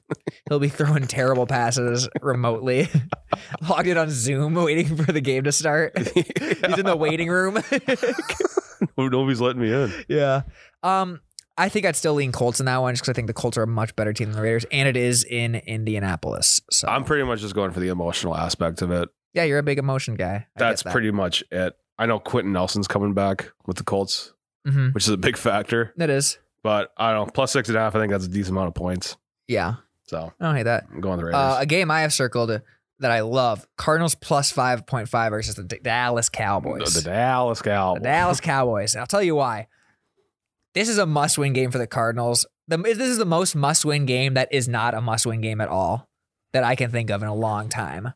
B: he'll be throwing terrible passes remotely. *laughs* Logged in on Zoom waiting for the game
A: *laughs*
B: to start. *laughs* He's in the waiting room.
A: Nobody's letting me in.
B: Yeah. Um, I think I'd still lean Colts in that one just because I think the Colts are a much better team than the Raiders, and it is in Indianapolis. So
A: I'm pretty much just going for the emotional aspect of it.
B: yeah, you're a big emotion guy. I get
A: That's
B: that.
A: pretty much it. I know Quentin Nelson's coming back with the Colts,
B: Mhm.
A: which is a big factor.
B: That is.
A: But I don't know. Plus six and a half, I think that's a decent amount of points.
B: Yeah,
A: So
B: I don't hate that.
A: I'm going the Raiders.
B: Uh, a game I have circled that I love: Cardinals plus five point five versus the D- Dallas Cowboys.
A: The, the Dallas Cowboys.
B: The Dallas Cowboys. And I'll tell you why. This is a must-win game for the Cardinals. The, this is the most must-win game that is not a must-win game at all that I can think of in a long time.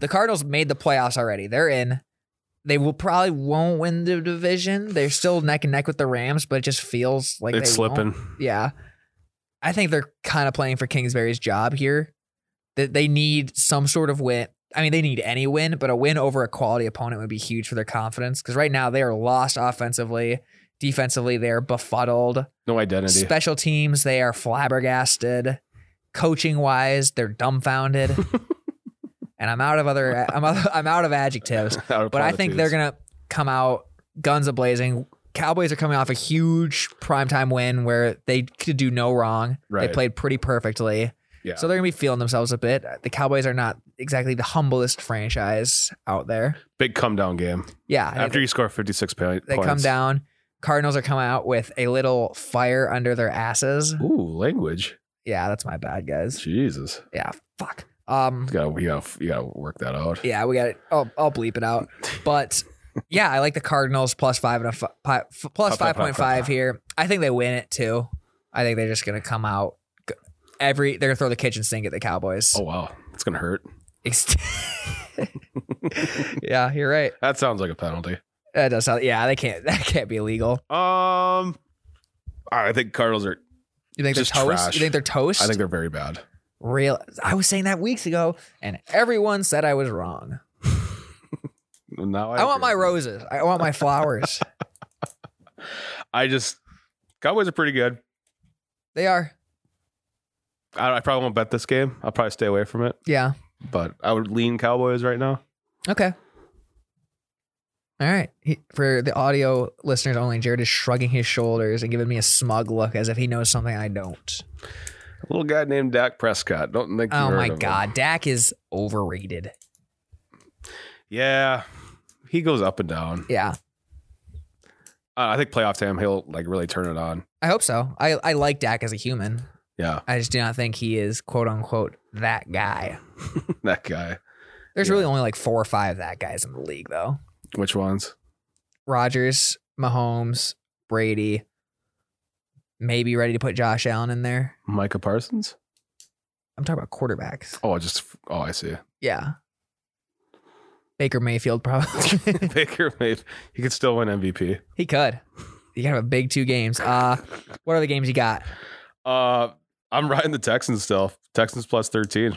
B: The Cardinals made the playoffs already. They're in. They will probably won't win the division. They're still neck and neck with the Rams, but it just feels like
A: it's
B: they
A: slipping.
B: won't. Yeah, I think they're kind of playing for Kingsbury's job here. That they need some sort of win. I mean, they need any win, but a win over a quality opponent would be huge for their confidence. Because right now they are lost offensively, defensively they are befuddled.
A: No identity. *laughs*
B: Special teams they are flabbergasted. Coaching wise, they're dumbfounded. and I'm out of other. I'm out, I'm out of adjectives. But I think they're gonna come out guns a blazing. Cowboys are coming off a huge primetime win where they could do no wrong.
A: Right.
B: They played pretty perfectly.
A: Yeah.
B: So they're gonna be feeling themselves a bit. The Cowboys are not exactly the humblest franchise out there.
A: big come down game.
B: Yeah. I think
A: After you score 56 pa- points.
B: they come down. Cardinals are coming out with a little fire under their asses.
A: Ooh, language.
B: Yeah, that's my bad, guys.
A: Jesus.
B: Yeah, fuck. Um,
A: You gotta, you gotta, you gotta work that out.
B: Yeah, we got it. I'll, I'll bleep it out. But yeah, I like the Cardinals plus five and a fi- pi- f- plus
A: Pop, pop,
B: five
A: pop,
B: point
A: pop,
B: five
A: pop.
B: here. I think they win it too. I think they're just gonna come out g- every. They're gonna throw the kitchen sink at the Cowboys.
A: Oh, wow. It's gonna hurt.
B: Ex- *laughs* yeah, you're right.
A: That sounds like a penalty.
B: That does sound. Yeah, they can't. *laughs* That can't be illegal.
A: Um, I think Cardinals are.
B: You think they're
A: Just
B: toast?
A: trash.
B: You think they're toast?
A: I think they're very bad.
B: real. I was saying that weeks ago, and everyone said I was wrong.
A: Now
B: I, want
A: agree.
B: my roses. I want my flowers.
A: I just Cowboys are pretty good.
B: they are.
A: I, I probably won't bet this game. I'll probably stay away from it.
B: Yeah.
A: But I would lean Cowboys right now.
B: Okay. All right. He, for the audio listeners only, Jared is shrugging his shoulders and giving me a smug look as if he knows something I don't.
A: A little guy named Dak Prescott. Don't think. you've
B: Oh
A: heard
B: my
A: of him.
B: God. Dak is overrated.
A: Yeah, he goes up and down.
B: Yeah.
A: Uh, I think playoff time he'll like really turn it on.
B: I hope so. I, I like Dak as a human. *laughs*
A: Yeah,
B: I just do not think he is quote unquote that guy.
A: that guy.
B: There's
A: Yeah.
B: really only like four or five that guys in the league, though
A: Which ones?
B: Rogers, Mahomes, Brady. Maybe ready to put Josh Allen in there.
A: Micah Parsons.
B: I'm talking about quarterbacks.
A: Oh, I just. Oh, I
B: *laughs*
A: see.
B: Yeah. Baker Mayfield probably. *laughs*
A: Baker Mayfield. He could still win MVP.
B: he could. You got a big two games. Uh what are the games you got?
A: Uh, I'm riding the Texans still. Texans plus 13.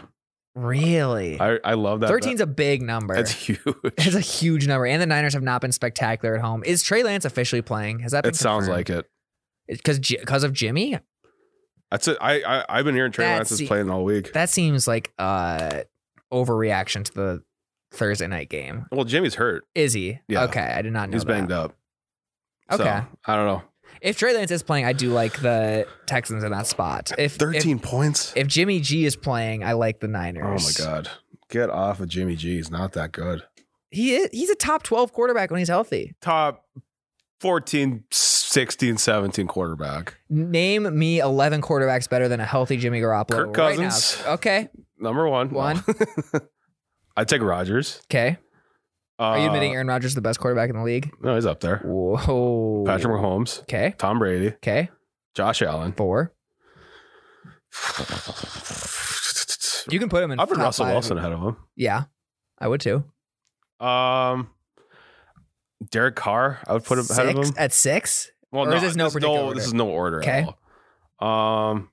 B: Really?
A: I I love that. bet.
B: 13's a big number.
A: That's
B: *laughs* It's
A: huge.
B: a huge number. And the Niners have not been spectacular at home. Is Trey Lance officially playing? Has that been
A: It sounds like it.
B: because because of Jimmy?
A: That's it. I, I I've been hearing Trey
B: That's
A: Lance is
B: the-
A: playing all week.
B: That seems like uh overreaction to the Thursday night game.
A: well, Jimmy's hurt.
B: Is he?
A: Yeah.
B: Okay, I did not know.
A: He's banged up.
B: Okay.
A: So, I don't know.
B: If Trey Lance is playing, I do like the Texans in that spot. If
A: Thirteen points.
B: If, if Jimmy G is playing, I like the
A: oh my
B: Niners.
A: god. Get off of Jimmy G. He's not that good.
B: He is, he's a top 12 quarterback when he's healthy.
A: Top 14, 16, 17 quarterback.
B: Name me 11 quarterbacks better than a healthy Jimmy Garoppolo.
A: Kirk
B: right
A: Cousins.
B: now. Okay.
A: Number one. *laughs*
B: One.
A: I take Rogers.
B: Okay.
A: Uh,
B: Are you admitting Aaron Rodgers is the best quarterback in the league?
A: No, he's up there.
B: Whoa.
A: Patrick Mahomes,
B: Okay.
A: Tom Brady,
B: Okay.
A: Josh Allen.
B: Four. You can put him in.
A: I put
B: top
A: Russell
B: five.
A: Wilson ahead of him.
B: Yeah. I would too.
A: Um, Derek Carr, I would put him ahead of
B: Six-
A: him.
B: At six?
A: Well,
B: or is this no particular order?
A: This is no order
B: Okay.
A: at all. Um,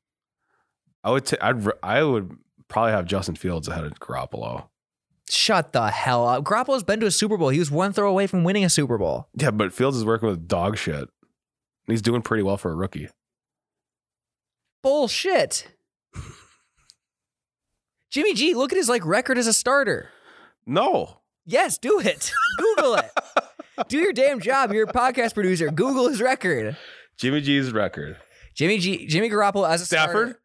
A: I would. T- I'd. r- I would probably have Justin Fields ahead of Garoppolo.
B: Shut the hell up. Garoppolo's been to a Super Bowl. He was one throw away from winning a Super Bowl.
A: Yeah, but Fields is working with dog shit. He's doing pretty well for a rookie.
B: Bullshit. *laughs* Jimmy G, look at his like record as a starter.
A: No,
B: Yes, do it. *laughs* Google it. do your damn job. You're a podcast producer. Google his record.
A: Jimmy G's record.
B: Jimmy G, Jimmy Garoppolo as a
A: Stafford.
B: starter.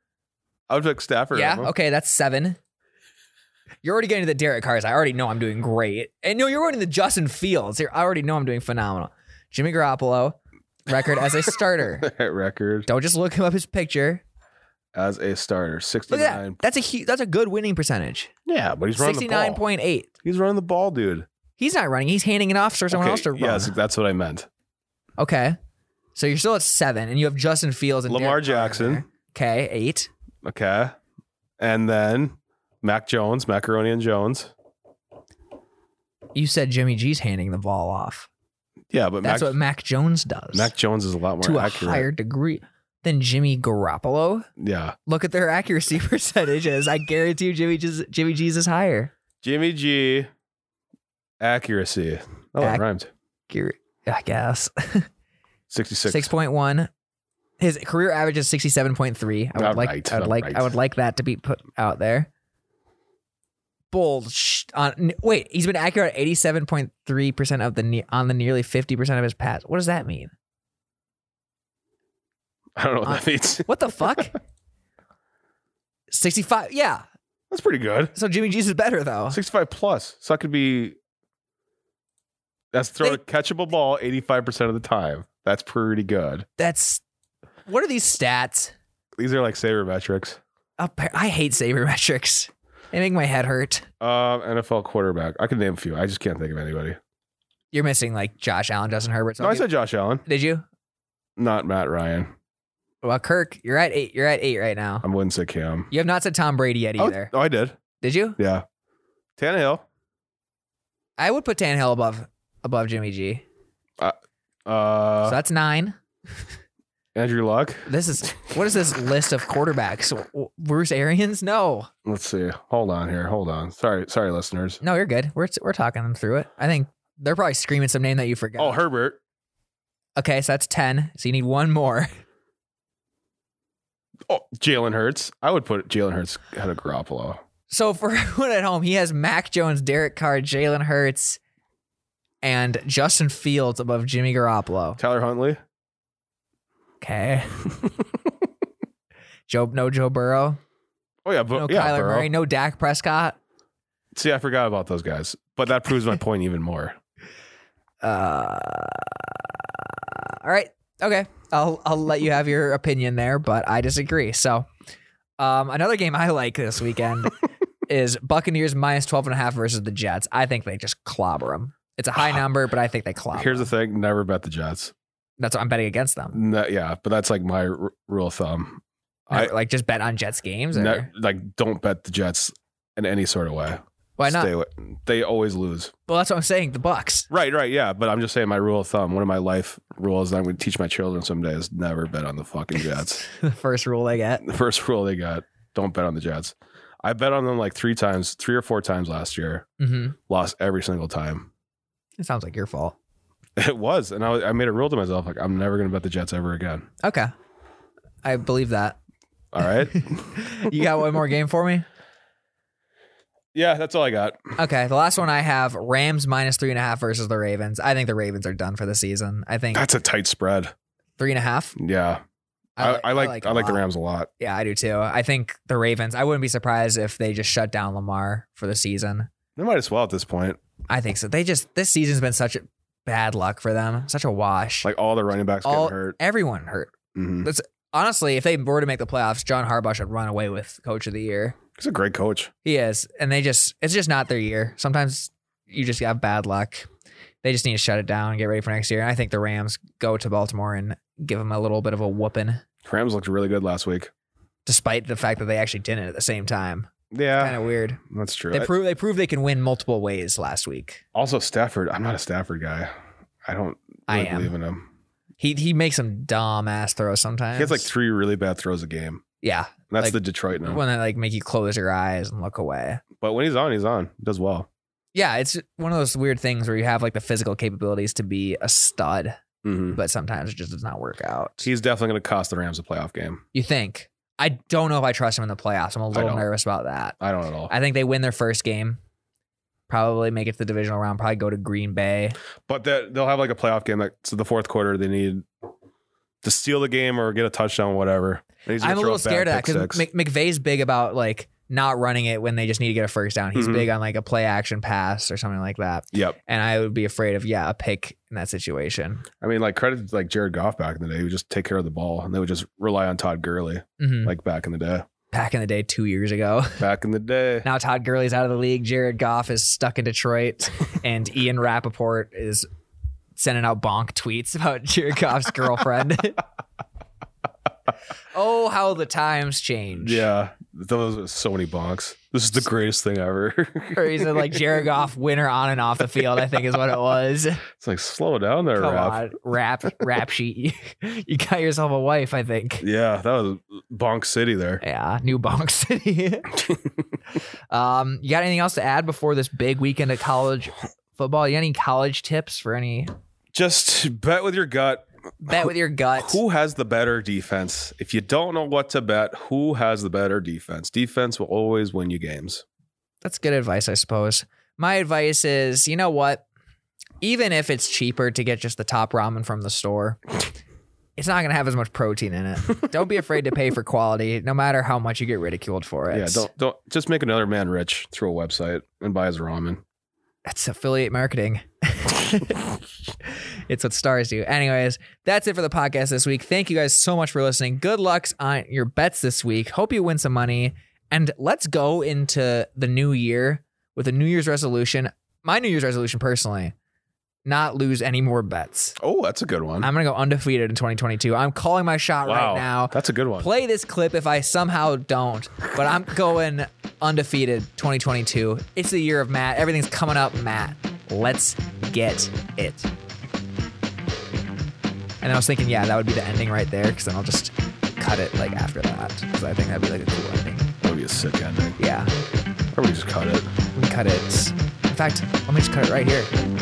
A: I would pick Stafford.
B: Yeah.
A: over *laughs* him.
B: Okay, that's seven. You're already getting to the Derek Cars. I already know I'm doing great. And no, you're already in the Justin Fields. You're- I already know I'm doing phenomenal. Jimmy Garoppolo record as
A: *laughs*
B: a starter.
A: record
B: Don't just look him up his picture.
A: as a starter.
B: Look at
A: Sixty-nine.
B: that. That's a hu- that's a good winning percentage.
A: Yeah, but he's running
B: Sixty
A: the
B: nine
A: ball.
B: point eight.
A: he's running the ball, dude.
B: He's not running. He's handing it off for someone
A: Okay,
B: else to run.
A: Yes, that's what I meant.
B: Okay. So you're still at seven, and you have Justin Fields and
A: Lamar
B: Derek Carr in
A: Jackson.
B: there. Okay, eight.
A: Okay, and then Mac Jones, Macaroni and Jones.
B: You said Jimmy G's handing the ball off.
A: Yeah, but
B: That's
A: Mac,
B: what Mac Jones does
A: Mac Jones is a lot more
B: to a
A: accurate.
B: higher degree than Jimmy Garoppolo.
A: yeah,
B: Look at their accuracy *laughs* percentages. I guarantee you, Jimmy G's, Jimmy G's is higher.
A: Jimmy G, accuracy. Oh,
B: Ac-
A: it rhymed.
B: Gar- I guess
A: Sixty-six.
B: six point one. His career average is sixty seven point three. I would
A: All
B: like.
A: right,
B: I would
A: all
B: like.
A: right.
B: I would like that to be put out there. Bold. Sh- on, n- wait, he's been accurate eighty seven point three percent of the ne- on the nearly fifty percent of his pass. What does that mean?
A: *laughs* I don't know what that means.
B: What the fuck? Sixty five. Yeah.
A: *laughs* That's pretty good.
B: So Jimmy G's is better though.
A: Sixty-five plus. So that could be. That's throw a
B: They-
A: catchable ball eighty-five percent of the time. That's pretty good.
B: That's. What are these stats?
A: These are like saber metrics.
B: Appa- I hate sabermetrics. They make my head hurt.
A: Um, NFL quarterback. I can name a few. I just can't think of anybody.
B: You're missing like Josh Allen, Justin Herbert. so
A: No,
B: I'll
A: I
B: give-
A: said Josh Allen,
B: Did you?
A: not Matt Ryan.
B: Well, Kirk, you're at eight. You're at eight right now.
A: I wouldn't say Cam.
B: You have not said Tom Brady yet
A: Oh,
B: either.
A: Oh, I did.
B: Did you?
A: Yeah. Tannehill.
B: I would put Tannehill above above Jimmy G.
A: Uh,
B: so that's nine.
A: Andrew Luck.
B: This is what is this list of quarterbacks? W- Bruce Arians? No,
A: Let's see. Hold on here. Hold on. Sorry, sorry, listeners.
B: no, you're good. We're we're talking them through it. I think they're probably screaming some name that you forgot.
A: Oh, Herbert.
B: okay, so that's ten. So you need one more. *laughs*
A: Oh, Jalen Hurts. I would put Jalen Hurts ahead of Garoppolo.
B: So for *laughs* everyone at home, he has Mac Jones, Derek Carr, Jalen Hurts, and Justin Fields above Jimmy Garoppolo.
A: Tyler Huntley. *laughs*
B: Okay. Joe, no Joe Burrow,
A: Oh yeah, but
B: no
A: yeah,
B: Kyler
A: Burrow.
B: Murray, no Dak Prescott.
A: See, I forgot about those guys, but that proves
B: *laughs*
A: my point even more.
B: Uh, all right, okay. I'll I'll let you
A: *laughs*
B: have your opinion there, but I disagree. So, um, another game I like
A: *laughs*
B: this weekend is Buccaneers minus 12 and a half versus the Jets. I think they just clobber them. It's a high number, but I think they clobber.
A: Ah, Here's the
B: 'em.
A: thing: never bet the Jets.
B: That's what I'm betting against them.
A: No, yeah, but that's like my r- rule of thumb. I-
B: like just bet on Jets games. Or,
A: Ne- like, don't bet the Jets in any sort of way.
B: why not?
A: Stay away. They always lose.
B: Well, that's what I'm saying. The Bucks. *laughs*
A: Right, right, yeah. But I'm just saying my rule of thumb, one of my life rules that I'm going to teach my children someday is never bet on the fucking Jets.
B: the first rule they get.
A: the first *laughs* rule they got, don't bet on the Jets. I bet on them like three times, three or four times last year.
B: Mm-hmm.
A: Lost every single time. *laughs*
B: It sounds like your fault.
A: It was, and I, was- I made a rule to myself like I'm never going to bet the Jets ever again.
B: Okay, I believe that.
A: All
B: *laughs*
A: right.
B: You got
A: *laughs*
B: one more game for me?
A: yeah, that's all I got.
B: Okay, the last one I have Rams minus three and a half versus the Ravens. I think the Ravens are done for the season. I think
A: That's a tight spread.
B: three and a half.
A: Yeah, I, I, like, I like
B: it a
A: the
B: lot.
A: Rams a lot.
B: Yeah, I do too. I think the Ravens. I wouldn't be surprised if they just shut down Lamar for the season.
A: They might as well at this point.
B: I think so. They just this season's been such a bad luck for them, such a wash.
A: Like all the running backs
B: All-
A: getting hurt.
B: Everyone hurt.
A: Mhm.
B: Honestly, if they were to make the playoffs, John Harbaugh should run away with Coach of the Year.
A: He's a great coach.
B: He is, and they just it's just not their year. Sometimes you just have bad luck. They just need to shut it down and get ready for next year. And I think the Rams go to Baltimore and give them a little bit of a whooping,
A: Rams looked really good last week.
B: despite the fact that they actually didn't at the same time.
A: Yeah,
B: Kind of weird.
A: that's true.
B: They prove they prove they can win multiple ways last week.
A: also, Stafford. I'm not a Stafford guy. I don't
B: I
A: really believe
B: am.
A: in him.
B: He he makes some dumb ass throws sometimes.
A: He has like three really bad throws a game.
B: yeah,
A: That's
B: Like,
A: the Detroit now.
B: one that like make you close your eyes and look away.
A: but when he's on, he's on. He does well.
B: Yeah, it's one of those weird things where you have like the physical capabilities to be a stud,
A: Mhm.
B: but sometimes it just does not work out.
A: He's definitely going to cost the Rams a playoff game.
B: You think? I don't know if I trust him in the playoffs. I'm a little
A: don't.
B: nervous about that.
A: I don't at all.
B: I think they win their first game, probably make it to the divisional round, probably go to Green Bay.
A: But that they'll have like a playoff game. Like so, the fourth quarter, they need to steal the game or get a touchdown, whatever. And he's gonna
B: I'm a
A: throw
B: little
A: bad
B: scared of that
A: pick
B: because
A: six.
B: McVay's big about like not running it when they just need to get a first down. He's
A: Mhm.
B: big on like a play action pass or something like that.
A: Yep.
B: And I would be afraid of yeah a pick in that situation.
A: I mean, like credit to like Jared Goff back in the day, he would just take care of the ball, and they would just rely on Todd Gurley,
B: Mhm.
A: like back in the day.
B: Back in the day, two years ago.
A: Back in the day,
B: Now Todd Gurley's out of the league. Jared Goff is stuck
A: *laughs*
B: in Detroit, and Ian Rappaport is sending out bonk tweets about *laughs* Jared Goff's girlfriend.
A: *laughs*
B: oh, how the times change!
A: yeah, those was so many bonks. This is the greatest thing ever. *laughs*
B: or he's a, like Jared Goff winner on and off the field. I think is what it
A: *laughs*
B: was.
A: it's like slow down there,
B: Come
A: Raph.
B: on, rap rap sheet. you got yourself a wife, I think.
A: Yeah, that was bonk city there.
B: Yeah, new
A: *laughs*
B: bonk city. um, you got anything else to add before this big weekend of college football? You got any college tips for any
A: Just bet with your gut.
B: bet with your gut?
A: Who has the better defense? If you don't know what to bet, who has the better defense? Defense will always win you games.
B: That's good advice, I suppose. My advice is, you know what? Even if it's cheaper to get just the top ramen from the store, it's not going to have as much protein
A: *laughs*
B: in it. don't be afraid to pay for quality, no matter how much you get ridiculed for it.
A: Yeah, don't don't just make another man rich through a website and buy his ramen.
B: That's affiliate marketing. *laughs* it's what stars do. Anyways, that's it for the podcast this week. Thank you guys so much for listening. Good luck on your bets this week. Hope you win some money. And let's go into the new year with a New Year's resolution. My New Year's resolution, personally, not lose any more bets.
A: Oh, that's a good one.
B: I'm going to go undefeated in 2022. I'm calling my shot right now.
A: That's a good one.
B: Play this clip if I somehow don't, but I'm going undefeated 2022. It's the year of Matt. Everything's coming up, Matt. Let's get it. And I was thinking, yeah, that would be the ending right there, because then I'll just cut it like after that, because I think that'd be like a cool ending.
A: That'd be a sick ending.
B: Yeah,
A: Or we just cut it.
B: we can cut it. In fact, let me just cut it right here.